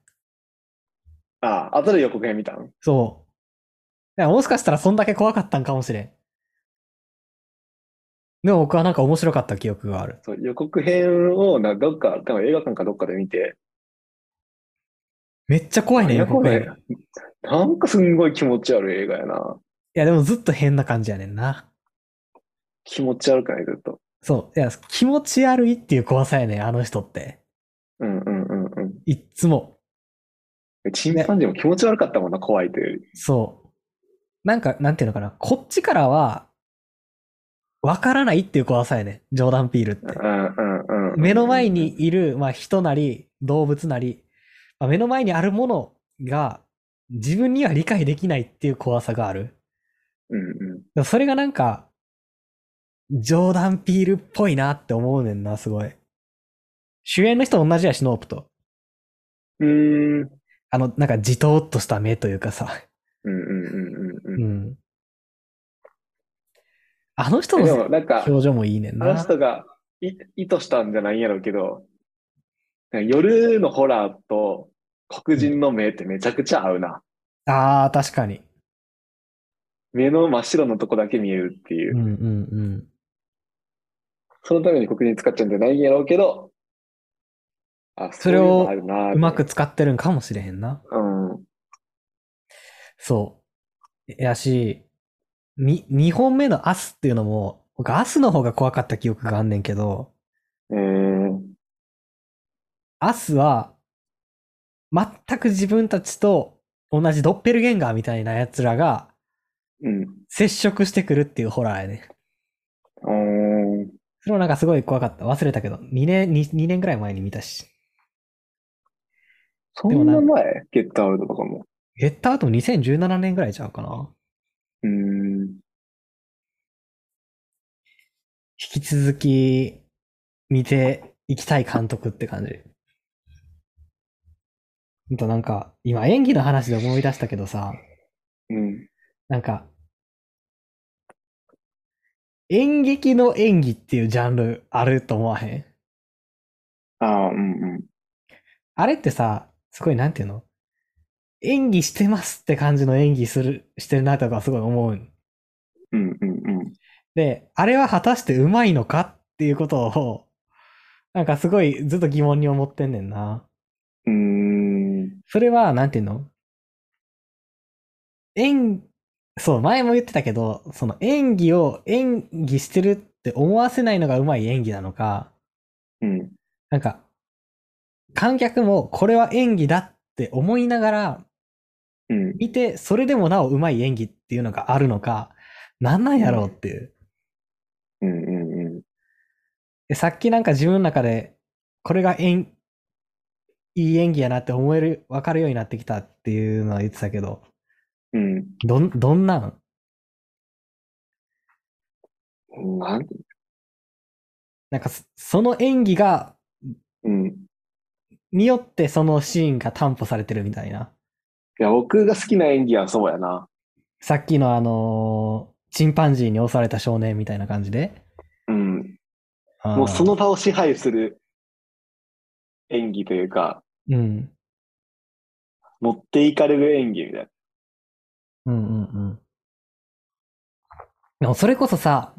Speaker 2: あ、後で予告編見たん
Speaker 1: そう。だからもしかしたらそんだけ怖かったんかもしれん。でも僕はなんか面白かった記憶がある。
Speaker 2: そう、予告編をな、どっか、多分映画館かどっかで見て、
Speaker 1: めっちゃ怖いね、
Speaker 2: なん
Speaker 1: 予
Speaker 2: や
Speaker 1: 告
Speaker 2: これ
Speaker 1: 編。い
Speaker 2: なんかすんごい気持ち悪い映画やな。
Speaker 1: や、でもずっと変な感じやねんな。
Speaker 2: 気持ち悪くない、ずっと。
Speaker 1: そう。いや、気持ち悪いっていう怖さやねん、あの人って。
Speaker 2: うんうんうんうん。
Speaker 1: いっつも。
Speaker 2: チンパンジーも気持ち悪かったもんな、怖いというより。
Speaker 1: そう。なんか、なんていうのかな。こっちからは、わからないっていう怖さやねん。ジョーダン・ピールって。
Speaker 2: うんうんうん。
Speaker 1: 目の前にいる、まあ、人なり動物なり、まあ、目の前にあるものが自分には理解できないっていう怖さがある。
Speaker 2: うんう
Speaker 1: で
Speaker 2: ん。
Speaker 1: もそれがなんか、ジョーダン・ピールっぽいなって思うねんな、すごい。主演の人同じやし、ノープと。
Speaker 2: うーん。
Speaker 1: あの、なんかじとっとした目というかさ。
Speaker 2: うんうんうんうんう。
Speaker 1: うんん。あの人
Speaker 2: で
Speaker 1: の
Speaker 2: もなんか、
Speaker 1: 表情もいいねん
Speaker 2: あの
Speaker 1: な。
Speaker 2: 人がい意図したんじゃないんやろうけど、なんか夜のホラーと黒人の目ってめちゃくちゃ合うな。
Speaker 1: ああ、確かに。
Speaker 2: 目の真っ白のとこだけ見えるっていうう。
Speaker 1: んうんうん。
Speaker 2: そのために黒人使っちゃうんじゃないんやろうけど、あ、
Speaker 1: それを
Speaker 2: そういうのあるなって
Speaker 1: うまく。使ってるんかもしれへんな。
Speaker 2: うん。うん
Speaker 1: そう。やし、に、2本目のアスっていうのも、僕アスの方が怖かった記憶があんねんけど、
Speaker 2: えー。
Speaker 1: アスは、全く自分たちと同じドッペルゲンガーみたいな奴らが
Speaker 2: うん。
Speaker 1: 接触してくるっていうホラーやね。
Speaker 2: うーん。
Speaker 1: それもなんかすごい怖かった。忘れたけど、2年、2, 2年くらい前に見たし。
Speaker 2: そ
Speaker 1: でも
Speaker 2: ん
Speaker 1: な
Speaker 2: な前ゲットアウトとかも。
Speaker 1: ゲットアウト2017年くらいちゃうかな。
Speaker 2: うーん。
Speaker 1: 引き続き、見ていきたい監督って感じ。ほんとなんか、今演技の話で思い出したけどさ、
Speaker 2: うん。
Speaker 1: なんか、演劇の演技っていうジャンルあると思わへん
Speaker 2: ああ、うんうん。
Speaker 1: あれってさ、すごいなんていうの演技してますって感じの演技する、してるなとかすごい思うん。
Speaker 2: うんうんうん。
Speaker 1: で、あれは果たしてうまいのかっていうことを、なんかすごいずっと疑問に思ってんねんな。
Speaker 2: うーん。
Speaker 1: それは、なんていうの演、そう、前も言ってたけど、その演技を演技してるって思わせないのがうまい演技なのか、
Speaker 2: うん。
Speaker 1: なんか、観客もこれは演技だって思いながら
Speaker 2: うん。
Speaker 1: 見て、それでもなおうまい演技っていうのがあるのか、なんなんやろうっていう。
Speaker 2: うん。うん。うん。
Speaker 1: でさっきなんか自分の中で、これが演、いい演技やなって思える、わかるようになってきたっていうのは言ってたけど、
Speaker 2: うん。
Speaker 1: どん、どんなん
Speaker 2: なん
Speaker 1: なんかそ、その演技が、
Speaker 2: うん。い
Speaker 1: によってそのシーンが担保されてるみたいな。
Speaker 2: や、僕が好きな演技はそうやな。
Speaker 1: さっきのあのーチンパンジーに襲われた少年みたいな感じで。
Speaker 2: うん。
Speaker 1: あー
Speaker 2: もうその、場を支配する演技というか、
Speaker 1: うん。
Speaker 2: 持っていかれる演技みたい
Speaker 1: うんうんうん。でもそれこそさ、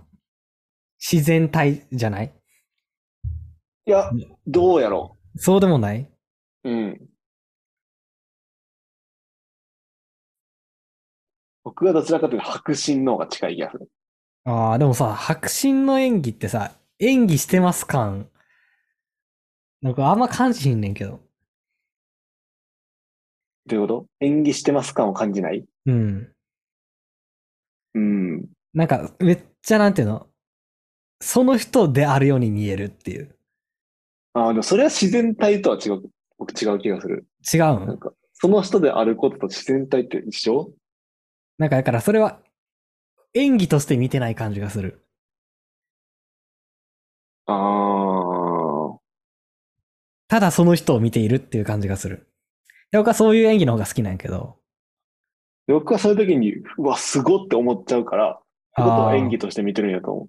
Speaker 1: 自然体じゃない
Speaker 2: な。いや、どうやろ。
Speaker 1: そうでもないう
Speaker 2: うん。僕はどちらかというと白真の方が近い気がする。
Speaker 1: ああ、でもさ、迫真の演技ってさ、演技してます感、なんかあんま感じひんねんけど。
Speaker 2: どういうこと演技してます感を感じない
Speaker 1: うん。
Speaker 2: うん。
Speaker 1: なんか、めっちゃなんていうのその人であるように見えるっていう。
Speaker 2: ああ、でもそれは自然体とは違う、僕違う気がする。
Speaker 1: 違う
Speaker 2: なん
Speaker 1: ん
Speaker 2: か、その人であることと自然体って一緒
Speaker 1: なんか、だからそれは、演技として見てない感じがする。
Speaker 2: ああ、
Speaker 1: ただその人を見ているっていう感じがする。で僕はそういう演技の方が好きなんやけど。
Speaker 2: 僕はそういう時に、うわ、すごって思っちゃうから、そういうこと
Speaker 1: あ
Speaker 2: を
Speaker 1: ー
Speaker 2: 演技として見てるんやと思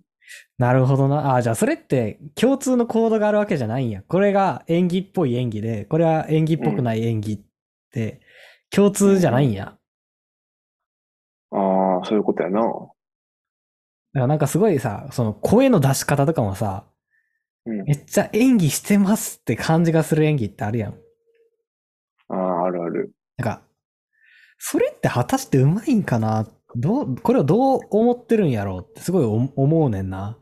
Speaker 1: なるほどな。ああ、じゃあそれって共通のコードがあるわけじゃないんや。これが演技っぽい演技で、これは演技っぽくない演技って共通じゃないんや。
Speaker 2: う。ああ、そういうことやな。
Speaker 1: だからなんかすごいさ、その声の出し方とかもさ、
Speaker 2: うん。
Speaker 1: めっちゃ演技してますって感じがする演技ってあるやん。
Speaker 2: ああ、あるある。
Speaker 1: なんか、それって果たしてうまいんかなどう、これをどう思ってるんやろうってすごい思思うねんな。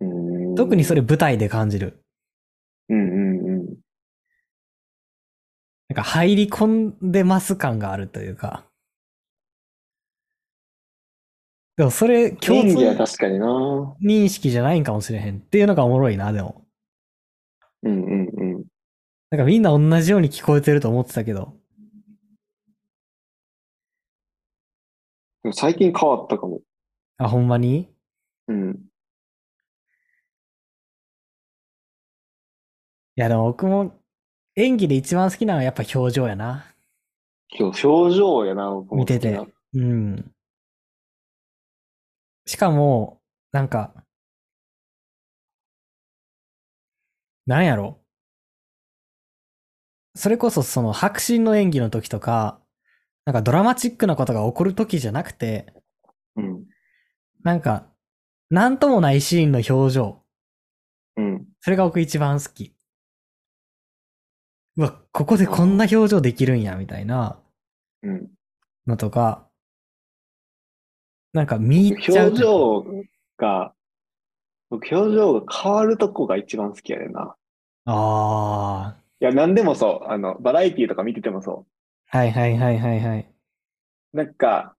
Speaker 2: うーん。
Speaker 1: 特にそれ舞台で感じる。
Speaker 2: うんうんうん。
Speaker 1: なんか入り込んでます感があるというか。でもそれ共
Speaker 2: 演技は
Speaker 1: 通
Speaker 2: 確かにな。うん
Speaker 1: 認識じゃないんかもしれへんっていうのがおもろいな、でも。
Speaker 2: うんうん。
Speaker 1: なんかみんな同じように聞こえてると思ってたけど。
Speaker 2: でも最近変わったかも。
Speaker 1: あ、ほんまに
Speaker 2: うん。
Speaker 1: いやでも僕も演技で一番好きなのはやっぱ表情やな。
Speaker 2: 今日表情やな、僕も
Speaker 1: 見てて
Speaker 2: 好き
Speaker 1: う
Speaker 2: な
Speaker 1: ん。しかも、なんか、なんやろ。それこそその迫真の演技の時とか、なんかドラマチックなことが起こる時じゃなくて、
Speaker 2: うん。
Speaker 1: なんか、なんともないシーンの表情。
Speaker 2: うん。
Speaker 1: それが僕一番好き。うわ、ここでこんな表情できるんや、みたいな
Speaker 2: うん。
Speaker 1: のとか、なんか見入っちゃう
Speaker 2: 表
Speaker 1: というか。
Speaker 2: 情が、僕表情が変わるとこが一番好きやねんな。
Speaker 1: あ
Speaker 2: いや、なんでもそう。あの、バラエティとか見ててもそ
Speaker 1: あ。はいはいはいはいはい。
Speaker 2: う。なんか、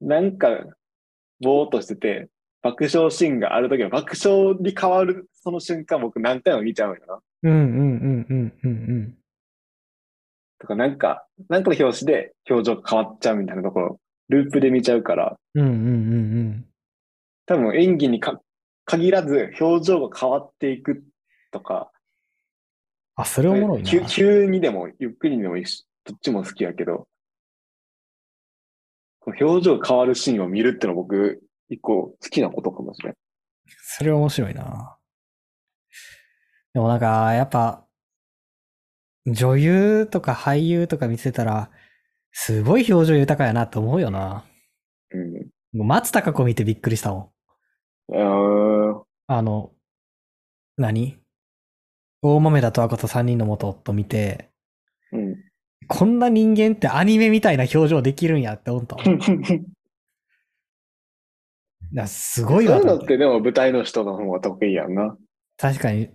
Speaker 2: なんか、ぼーっとしてて、爆笑シーンがあるときは爆笑に変わる、その瞬間僕何回も見ちゃうんよな。
Speaker 1: うんうんうんうんうん
Speaker 2: とか、なんか、なんかの表紙で表情が変わっちゃうみたいなところ、ループで見ちゃうから、
Speaker 1: うん。うんうんうんうん。
Speaker 2: 多分演技にか限らず表情が変わっていくとか、
Speaker 1: あ、それおもろいな。
Speaker 2: 急急にでも、ゆっくりでもいいし、どっちも好きやけど、この表情変わるシーンを見るってのは僕、一個好きなことかもしれん。
Speaker 1: それ面白いな。でもなんか、やっぱ、女優とか俳優とか見てたら、すごい表情豊かやなと思うよな。
Speaker 2: うん。
Speaker 1: もう松たか子見てびっくりしたもん。
Speaker 2: あ
Speaker 1: あの、何大豆田と和子と3人の元夫見て、
Speaker 2: ー うん。
Speaker 1: こんな人間ってアニメみたいな表情できるんやって思ったもん。らすごい
Speaker 2: そう
Speaker 1: わ
Speaker 2: いう
Speaker 1: と
Speaker 2: の
Speaker 1: 思っ。
Speaker 2: っててでも舞台の人の方が得意やんな。
Speaker 1: 確かに。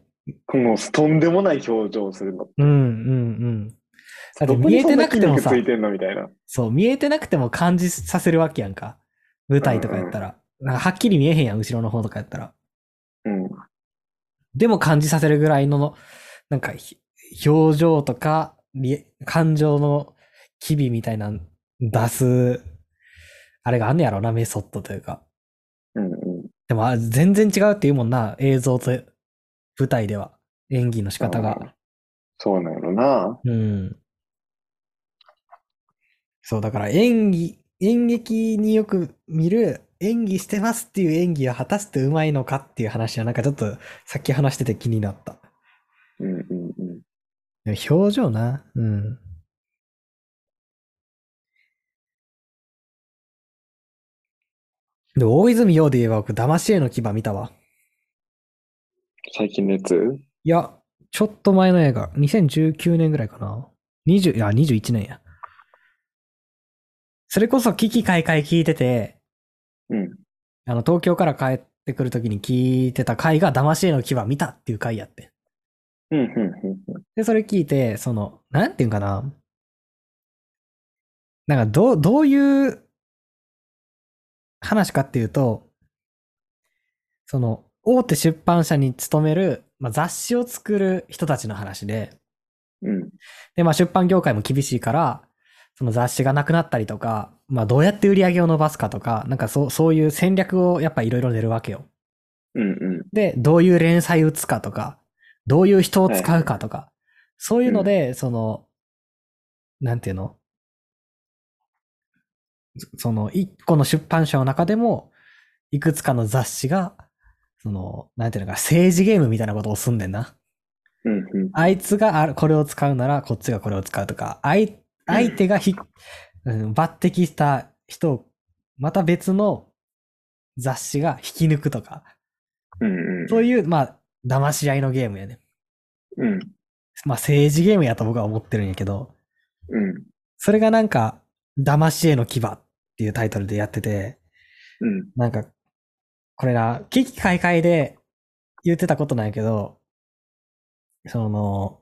Speaker 2: もうとんでもない表情をするの。
Speaker 1: うんうんだって
Speaker 2: どこにそん筋肉
Speaker 1: 見えてなくてもさ
Speaker 2: ついてんのみたいな。
Speaker 1: うん。そう、見えてなくても感じさせるわけやんか。舞台とかやったら。なんかはっきり見えへんやん、後ろの方とかやったら。
Speaker 2: うん。
Speaker 1: でも感じさせるぐらいの、なんかひ、表情とか、りえ感情の機微みたいなの出す、あれがあんねやろな、メソッドというか。
Speaker 2: うんうん。
Speaker 1: でも、あ全然違うっていうもんな、映像と舞台では。演技の仕方
Speaker 2: うん
Speaker 1: が。。
Speaker 2: そうなのな。
Speaker 1: うん。そう、だから演技、演劇によく見る、演技してますっていう演技は果たしてうまいのかっていう話は、なんかちょっとさっき話してて気になった。
Speaker 2: うんうんうん。
Speaker 1: でも表情な。うん。でも大泉洋で言えば僕、騙し絵の牙見たわ。
Speaker 2: 最近のやつ
Speaker 1: いや、ちょっと前の映画、2019年ぐらいかな。20、いや、21年や。それこそ、危機開会聞いてて、
Speaker 2: うん。
Speaker 1: あの、東京から帰ってくるときに聞いてた回が、騙し絵の牙見たっていう回やって。
Speaker 2: うんうんうんうん。
Speaker 1: で、それ聞いて、その、なんていうんかな。なんか、どう、どういう話かっていうと、その、大手出版社に勤める、まあ、雑誌を作る人たちの話で、
Speaker 2: うん。
Speaker 1: で、まあ、出版業界も厳しいから、その雑誌がなくなったりとか、まあ、どうやって売り上げを伸ばすかとか、なんかそう、そういう戦略をやっぱいろいろ出るわけよ。
Speaker 2: うんうん。
Speaker 1: で、どういう連載打つかとか、どういう人を使うかとか、そういうので、その、なんていうのそその、一個の出版社の中でも、いくつかの雑誌が、その、なんていうのか、政治ゲームみたいなことをすんでんな。
Speaker 2: うんうん。
Speaker 1: あいつがあこれを使うなら、こっちがこれを使うとか、あい相手がひ、うん、抜擢した人を、また別の雑誌が引き抜くとか、
Speaker 2: うんうん。
Speaker 1: そういう、まあ、騙し合いのゲームやね。
Speaker 2: うん。
Speaker 1: まあ、政治ゲームやと僕は思ってるんやけど、
Speaker 2: うん。
Speaker 1: それがなんか、騙し絵の牙っていうタイトルでやってて、
Speaker 2: うん。
Speaker 1: なんか、これな、危機開会で言ってたことなんやけど、その、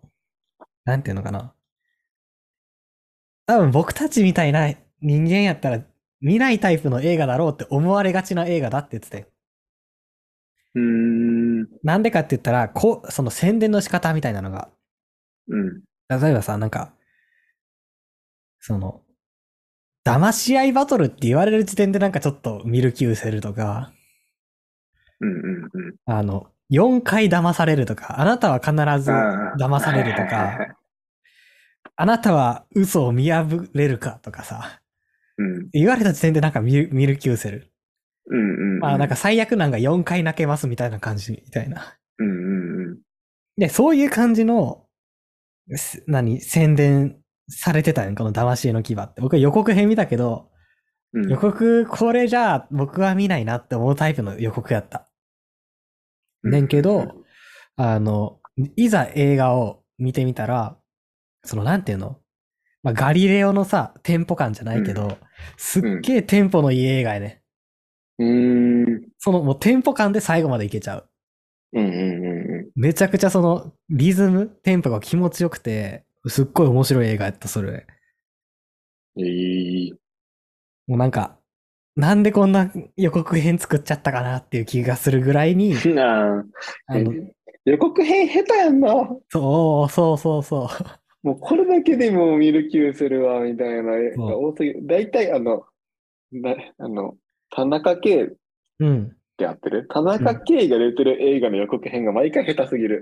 Speaker 1: なんていうのかな。多分僕たちみたいな人間やったら見ないタイプの映画だろうって思われがちな映画だって言ってて。
Speaker 2: うん。
Speaker 1: なんでかって言ったら、こう、その宣伝の仕方みたいなのが
Speaker 2: うん。
Speaker 1: 例えばさ、なんか、その、騙し合いバトルって言われる時点でなんかちょっと見る気失せるとか、
Speaker 2: うんうんうん。
Speaker 1: あの、4回騙されるとか、あなたは必ず
Speaker 2: あー
Speaker 1: 騙されると
Speaker 2: はいはいはいは
Speaker 1: か
Speaker 2: い、
Speaker 1: あなたは嘘を見破れるかとかさ、
Speaker 2: うん。
Speaker 1: 言われた時点でなんか見る見る気失せる。
Speaker 2: うんうんうん。
Speaker 1: まあなんか最悪なんか4回泣けますみたいな感じみたいな。
Speaker 2: うんうんうん。
Speaker 1: で、そういう感じの、す何、宣伝されてたやん、この騙し絵の牙って。僕は予告編見たけど、
Speaker 2: うん
Speaker 1: 予告、これじゃあ僕は見ないなって思うタイプの予告やった。ねんけど、あの、いざ映画を見てみたら、そのなんていうの、まあ、ガリレオのさ、テンポ感じゃないけど、すっげえテンポのいい映画やね。
Speaker 2: うん。うん。
Speaker 1: そのもうテンポ感で最後までいけちゃう。
Speaker 2: うんうんうんうん。
Speaker 1: めちゃくちゃそのリズム、テンポが気持ちよくて、すっごい面白い映画やった、それ。
Speaker 2: ええ
Speaker 1: もうなんか、なんでこんな予告編作っちゃったかなっていう気がするぐらいに、
Speaker 2: なあ
Speaker 1: あの、
Speaker 2: 予告編下手やんな。も
Speaker 1: そうそうそうそう。
Speaker 2: うこれだけでもう見る気がするわ、みたいな映画
Speaker 1: そ
Speaker 2: 多すぎる。大体あの、なあの、田中圭っ
Speaker 1: うん。
Speaker 2: て合ってる田中圭が出てる映画の予告編が毎回下手すぎる。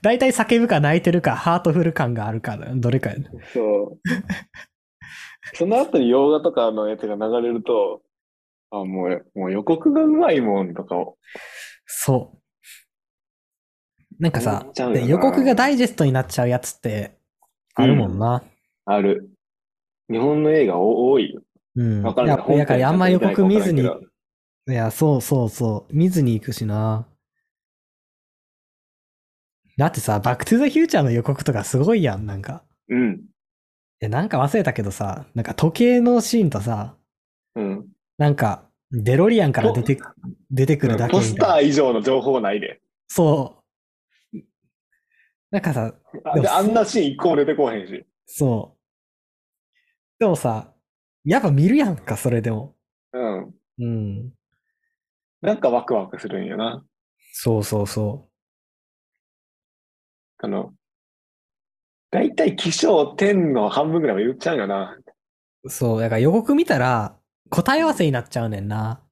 Speaker 1: 大体叫ぶか泣いてるか、ハートフル感があるか、どれかやね。
Speaker 2: そう。その後に洋画とかのやつが流れると、あ、もう、もう予告がうまいもんとかを。
Speaker 1: そう。なんかさ
Speaker 2: 思っちゃう、よな
Speaker 1: で予告がダイジェストになっちゃうやつって、あるもんな。
Speaker 2: ある。日本の映画お多いよ。
Speaker 1: うん。
Speaker 2: わかる
Speaker 1: やっぱだからあんま予告見ずに、
Speaker 2: い
Speaker 1: いや、そうそうそう、見ずに行くしな。だってさ、バックトゥザフューチャーの予告とかすごいやん、なんか。
Speaker 2: うん。
Speaker 1: え、なんか忘れたけどさ、なんか時計のシーンとさ、
Speaker 2: うん。
Speaker 1: なんか、デロリアンから出て、出てくるだけ
Speaker 2: ポ
Speaker 1: みたい
Speaker 2: ス
Speaker 1: な。
Speaker 2: ター以上の情報ないで。
Speaker 1: そう。なんかさ、
Speaker 2: あ
Speaker 1: でも
Speaker 2: であんなシーン一個も出てこうへんし。
Speaker 1: そう。でもさ、やっぱ見るやんか、それでも。
Speaker 2: うん。
Speaker 1: うん。
Speaker 2: なんかワクワクするんよな。
Speaker 1: そうそうそ
Speaker 2: あの、だいたい気象天の半分ぐらいは言っちゃうよな。
Speaker 1: う。そう、だから予告見たら、答え合わせになっちゃうねんな。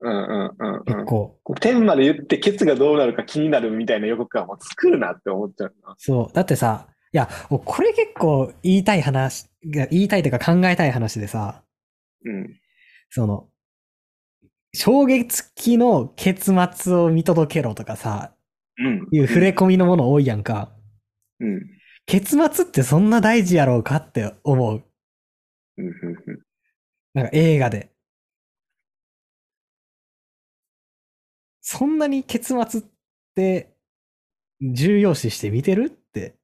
Speaker 2: うんうんうんう
Speaker 1: 結
Speaker 2: ん。
Speaker 1: 構。
Speaker 2: 天まで言ってケツがどうなるか気になるみたいな予告感も作るなって思っちゃうな。
Speaker 1: そう。だってさ、いや、もうこれ結構言いたい話、いや言いたいというか考えたい話でさ、
Speaker 2: うん。
Speaker 1: その、衝撃の結末を見届けろとかさ、
Speaker 2: うん。
Speaker 1: いう触れ込みのもの多いやんか。
Speaker 2: うん。
Speaker 1: 結末ってそんな大事やろうかって思う。
Speaker 2: うんうんうん
Speaker 1: なんか映画で。そんなに結末って重要視して見てるって。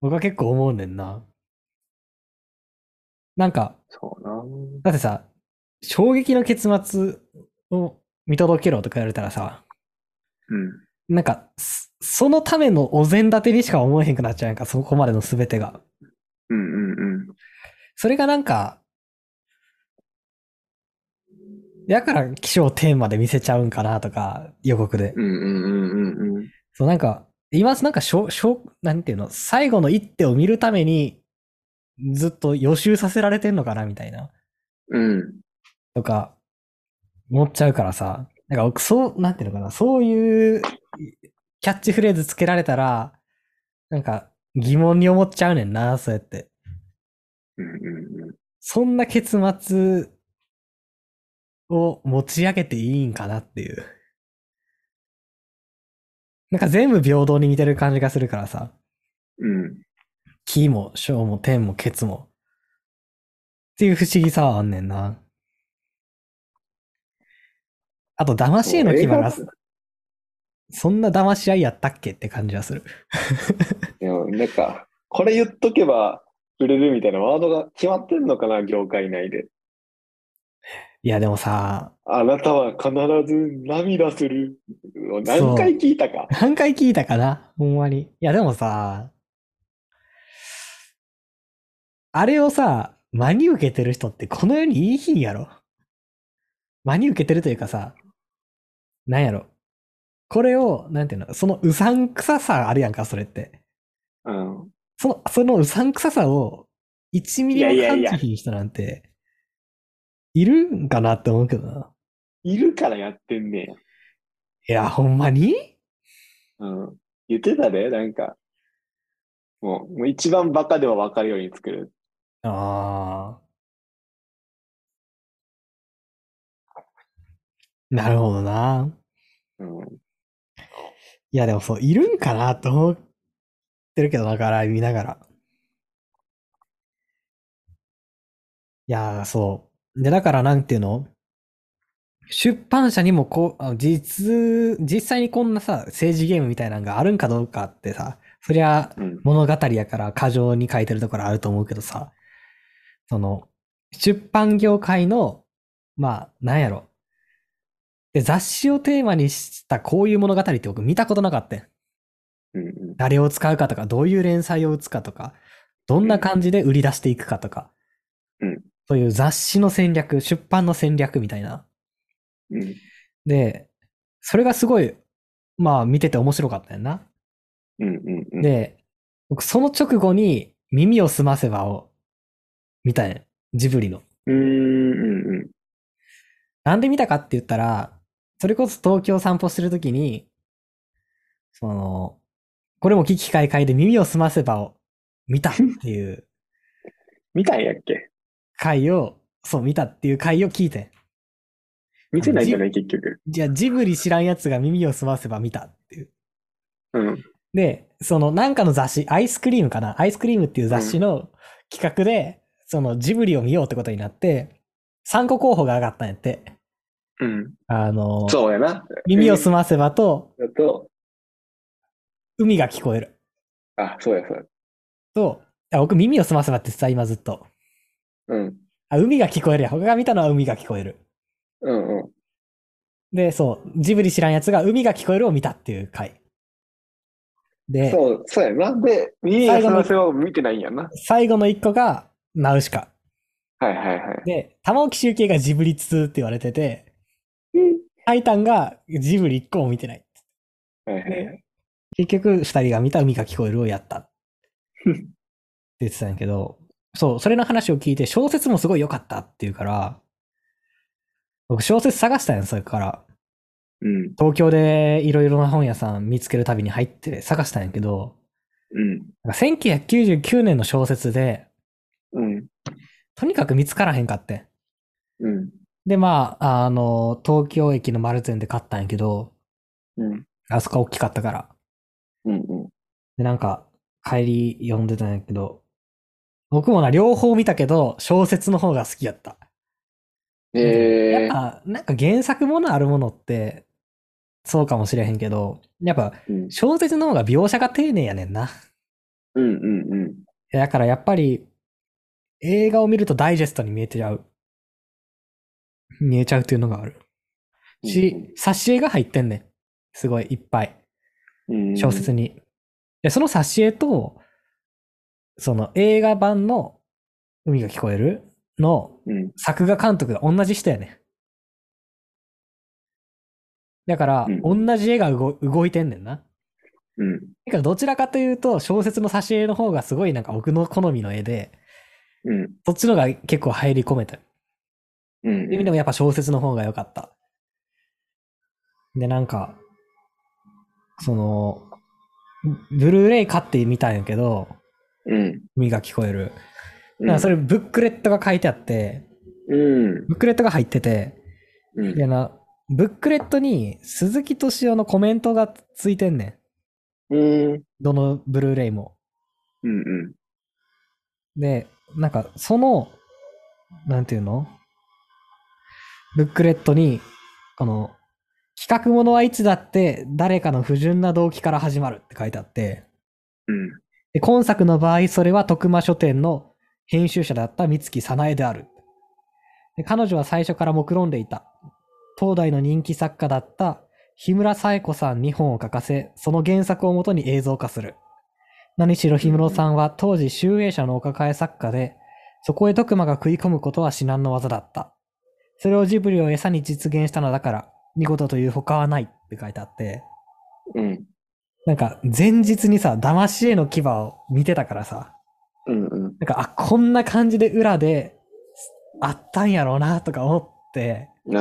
Speaker 1: 僕は結構思うねんな。なんか、
Speaker 2: そうな。
Speaker 1: だってさ、衝撃の結末を見届けろとか言われたらさ、
Speaker 2: うん。
Speaker 1: なんか、そそのためのお膳立てにしか思えへんくなっちゃうやんか、そこまでの全てが。
Speaker 2: うんうんうん。
Speaker 1: それがなんか、やから気象テーマで見せちゃうんかなとか、予告で。
Speaker 2: うんうんうんうんうん。
Speaker 1: そうなんか、今、なんかしょ、しょ、なんていうの、最後の一手を見るために、ずっと予習させられてんのかなみたいな、
Speaker 2: うん。
Speaker 1: とか、思っちゃうからさ、なんか、そう、なんていうのかな、そういうキャッチフレーズつけられたら、なんか、疑問に思っちゃうねんな、そうやって。
Speaker 2: うんうんうん。
Speaker 1: そんな結末を持ち上げていいんかなっていう。なんか全部平等に見てる感じがするからさ。
Speaker 2: うん。
Speaker 1: キーも小も天もケツも。っていう不思議さはあんねんな。あと、騙し絵の牙が、
Speaker 2: そう
Speaker 1: そんな騙し合いやったっけって感じはする。
Speaker 2: でもなんか、これ言っとけば売れるみたいなワードが決まってんのかな、業界内で。
Speaker 1: いや、でもさ、
Speaker 2: あなたは必ず涙する。何回聞いたか。
Speaker 1: 何回聞いたかなほんまに。いや、でもさ、あれをさ、真に受けてる人ってこの世にいいひんやろ。真に受けてるというかさ、なんやろ。これを、なんていうの、そのうさんくささあるやんか、それって。
Speaker 2: うん。
Speaker 1: その、そのうさんくささを1ミリ
Speaker 2: いやい
Speaker 1: も感
Speaker 2: やい
Speaker 1: じ
Speaker 2: や
Speaker 1: ひん人なんて、いるんかなって思うけどな。
Speaker 2: いるからやってんね
Speaker 1: い
Speaker 2: や。
Speaker 1: や、ほんまに
Speaker 2: うん。言ってたで、なんか。もう、もう一番バカでは分かるように作る。
Speaker 1: ああ。 なるほどな。
Speaker 2: うん。
Speaker 1: いや、でもそう、いるんかなと思ってるけど、だから、見ながら。いやー、そう。で、だから、なんていうの出版社にもこう、あ実、実際にこんなさ、政治ゲームみたいなのがあるんかどうかってさ、そりゃ、
Speaker 2: うん。
Speaker 1: 物語やから過剰に書いてるところあると思うけどさ、その、出版業界の、まあ、なんやろ。で、雑誌をテーマにしたこういう物語って僕見たことなかったよ
Speaker 2: うんうん。
Speaker 1: 誰を使うかとか、どういう連載を打つかとか、どんな感じで売り出していくかとか、
Speaker 2: うん
Speaker 1: そういう雑誌の戦略、出版の戦略みたいな。
Speaker 2: うん。
Speaker 1: で、それがすごい、まあ見てて面白かったよな。
Speaker 2: うんうんうん。
Speaker 1: で、僕その直後に耳をすませばを見たね。ジブリの。
Speaker 2: うーんうんうん。
Speaker 1: なんで見たかって言ったら、それこそ東京散歩してるときに、その、これも危機開会で耳をすませばを見たっていう
Speaker 2: 見たんやっけ
Speaker 1: 回を、そう見たっていう回を聞いて。
Speaker 2: 見てないんじゃない結局。
Speaker 1: じゃあジブリ知らんやつが耳をすませば見たっていう。
Speaker 2: うん。
Speaker 1: で、そのなんかの雑誌、アイスクリームかなアイスクリームっていう雑誌の企画で、そのジブリを見ようってことになって、3個候補が上がったんやって。
Speaker 2: うん。
Speaker 1: あの、
Speaker 2: そうやな。
Speaker 1: 耳をすませばと、
Speaker 2: だと、
Speaker 1: 海が聞こえる。
Speaker 2: あ、そうやそう
Speaker 1: と、あ僕耳をすませばってさ、今ずっと。
Speaker 2: や。うん。
Speaker 1: あ、海が聞こえるやん。他が見たのは海が聞こえる。
Speaker 2: うんうん。
Speaker 1: で、そう、ジブリ知らんやつが海が聞こえるを見たっていう回。で、
Speaker 2: そう、そうやな。で、耳が
Speaker 1: 最後の
Speaker 2: 探せは見てないんやな。
Speaker 1: 最後の一個がナウシカ。
Speaker 2: はいはいはい。
Speaker 1: で、玉置周慶がジブリ2って言われてて、タイタンがジブリ1個も見てない。
Speaker 2: はいはいはい。
Speaker 1: 結局、二人が見た海が聞こえるをやった。って言ってたんやけど、そう、それの話を聞いて、小説もすごい良かったっていうから、僕小説探したんやん、それから。
Speaker 2: うん、
Speaker 1: 東京でいろいろな本屋さん見つけるたびに入って探したんやけど、
Speaker 2: うん、
Speaker 1: なんか1999年の小説で、
Speaker 2: うん、
Speaker 1: とにかく見つからへんかってん。
Speaker 2: うん、
Speaker 1: で、まあ、あの、東京駅の丸善で買ったんやけど、
Speaker 2: うん、
Speaker 1: あそこは大きかったから。
Speaker 2: うん、うん。
Speaker 1: で、なんか、帰り読んでたんやけど、僕もな、両方見たけど、小説の方が好きやった。
Speaker 2: ええ
Speaker 1: やっぱ、なんか原作ものあるものって、そうかもしれへんけど、やっぱ、
Speaker 2: うん、
Speaker 1: 小説の方が描写が丁寧やねんな。
Speaker 2: うん、うん、うん。
Speaker 1: だからやっぱり、映画を見るとダイジェストに見えちゃう。見えちゃうっていうのがある。し、挿絵が入ってんねん。すごいいっぱい。
Speaker 2: うん
Speaker 1: 小説に。で、その挿絵と、その映画版の海が聞こえるの
Speaker 2: うん、
Speaker 1: 作画監督が同じ人やねん。だから、
Speaker 2: う
Speaker 1: 同じ絵が動動いてんねんな。
Speaker 2: うん、
Speaker 1: だからどちらかというと、小説の挿絵の方がすごいなんか僕の好みの絵で、
Speaker 2: うん、
Speaker 1: そっちのが結構入り込めた。
Speaker 2: うん、
Speaker 1: そういう意味でもやっぱ小説の方が良かった。で、なんか、その、ブルーレイ買ってみたんやけど、
Speaker 2: うん、
Speaker 1: 海が聞こえる。
Speaker 2: う
Speaker 1: なん
Speaker 2: ん
Speaker 1: かそれブックレットが書いてあって、
Speaker 2: うん、
Speaker 1: ブックレットが入ってて、
Speaker 2: うん、
Speaker 1: でな、ブックレットに鈴木敏夫のコメントがついてんねん。
Speaker 2: うん、
Speaker 1: どのブルーレイも。
Speaker 2: うん、うん、
Speaker 1: で、なんかその、なんていうのブックレットに、この、企画ものはいつだって誰かの不純な動機から始まるって書いてあって、
Speaker 2: うん、
Speaker 1: で今作の場合、それは徳間書店の編集者だった三月早苗であるで。彼女は最初から目論んでいた。東大の人気作家だった日村冴子さんに本を書かせ、その原作をもとに映像化する。何しろ日室さんは当時集英社のお抱え作家で、そこへ徳間が食い込むことは至難の技だった。それをジブリを餌に実現したのだから、見事という他はないって書いてあって、
Speaker 2: うん、
Speaker 1: なんか前日にさ、騙し絵の牙を見てたからさ、
Speaker 2: うん、うん、
Speaker 1: なんか、あ、こんな感じで裏で、あったんやろうな、とか思って、
Speaker 2: う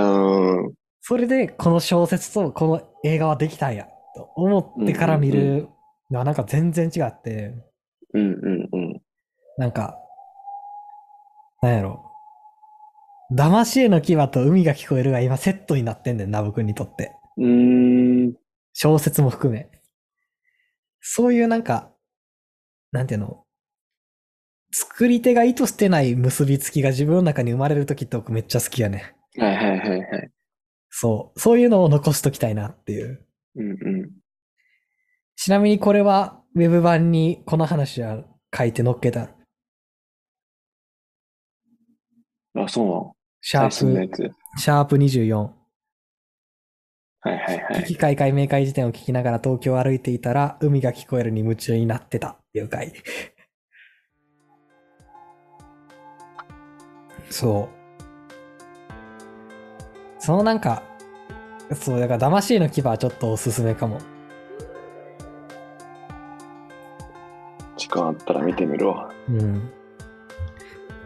Speaker 2: ん、
Speaker 1: それでこの小説とこの映画はできたんや、と思ってから見
Speaker 2: うんうん
Speaker 1: るのはなんか全然違って、
Speaker 2: うん、うん、うん、
Speaker 1: なんか、なんやろ。騙し絵の牙と海が聞こえるが今セットになってんねんな、僕にとって。
Speaker 2: うん、
Speaker 1: 小説も含め。そういうなんか、なんていうの、作り手が意図してない結びつきが自分の中に生まれるときって僕めっちゃ好きやね。
Speaker 2: はいはいはいはい。
Speaker 1: そう。そういうのを残しときたいなっていう。
Speaker 2: うん、うん、
Speaker 1: ちなみにこれは Web 版にこの話は書いて載っけた。
Speaker 2: あ、そうなの
Speaker 1: シャ
Speaker 2: 最新の
Speaker 1: ー
Speaker 2: やつ。はい
Speaker 1: プ、シャープ24。
Speaker 2: はいは
Speaker 1: 危
Speaker 2: い。
Speaker 1: 機開会明快辞典を聞きながら東京を歩いていたら海が聞こえるに夢中になってたっていう回。そう。そのなんか、そう、だから魂の牙はちょっとおすすめかも。
Speaker 2: 時間あったら見てみるわ。
Speaker 1: うん。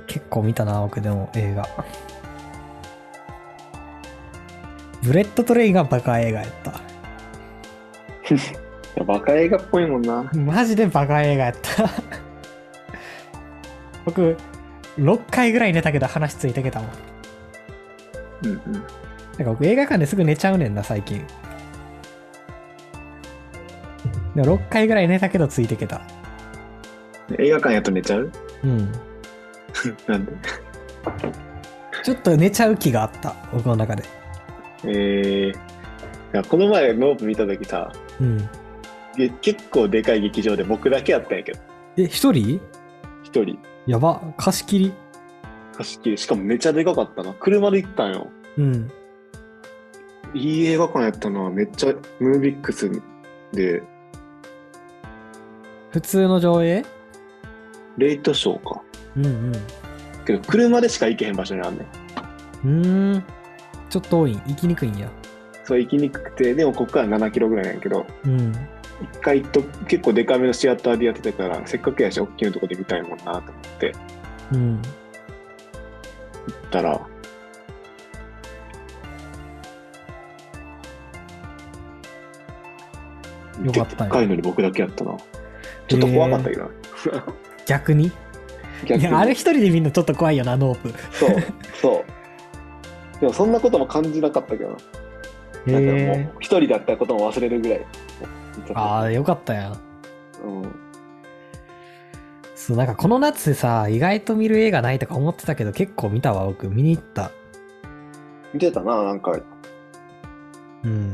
Speaker 1: 結構見たな、僕でも映画。ブレッドトレインがバカ映画やった。
Speaker 2: いや、バカ映画っぽいもんな。
Speaker 1: マジでバカ映画やった。僕、6回ぐらい寝たけど話ついてけたもん。
Speaker 2: うんうん。
Speaker 1: なんか僕映画館ですぐ寝ちゃうねんな、最近。でも6回ぐらい寝たけどついてけた。
Speaker 2: 映画館やと寝ちゃう
Speaker 1: うん。
Speaker 2: なんで
Speaker 1: ちょっと寝ちゃう気があった、僕の中で。
Speaker 2: ええいやこの前ノープ見た時さ、
Speaker 1: うん。
Speaker 2: げ結構でかい劇場で僕だけやったんやけど、
Speaker 1: え、一人
Speaker 2: 一人。
Speaker 1: やば、貸し切り。
Speaker 2: 貸し切り、しかもめちゃでかかったな。車で行ったんよ。
Speaker 1: うん。
Speaker 2: いい映画館やったな。めっちゃ、ムービックスで、
Speaker 1: 普通の上映
Speaker 2: レイトショーか。
Speaker 1: うんうん。う
Speaker 2: けど、車でしか行けへん場所にあんねん。
Speaker 1: ーん。ちょっと多い。行きにくいんや。
Speaker 2: そう、行きにくくて、でもこっから7キロぐらいなんやけど、
Speaker 1: うん。
Speaker 2: 一回と結構デカめのシアターでやってたから、せっかくやし、大きなとこで見たいもんなと思って、
Speaker 1: う
Speaker 2: 行
Speaker 1: ん。
Speaker 2: ったら、
Speaker 1: よかった
Speaker 2: で
Speaker 1: ね
Speaker 2: っかいのに僕だけやったな。ちょっと怖かったけどな、
Speaker 1: 逆 に
Speaker 2: 逆
Speaker 1: い
Speaker 2: に
Speaker 1: や、あれ一人で見るのちょっと怖いよな、ノープ。
Speaker 2: そう、そう。でもそんなことも感じなかったけどな。なんか
Speaker 1: へ
Speaker 2: もう、一人だったことも忘れるぐらい。
Speaker 1: ーああ、よかったやん。
Speaker 2: うん。
Speaker 1: そう、なんかこの夏でさ、意外と見る映画ないとか思ってたけど、結構見たわ、僕。見に行った。
Speaker 2: 見てたな、なんか、
Speaker 1: うん。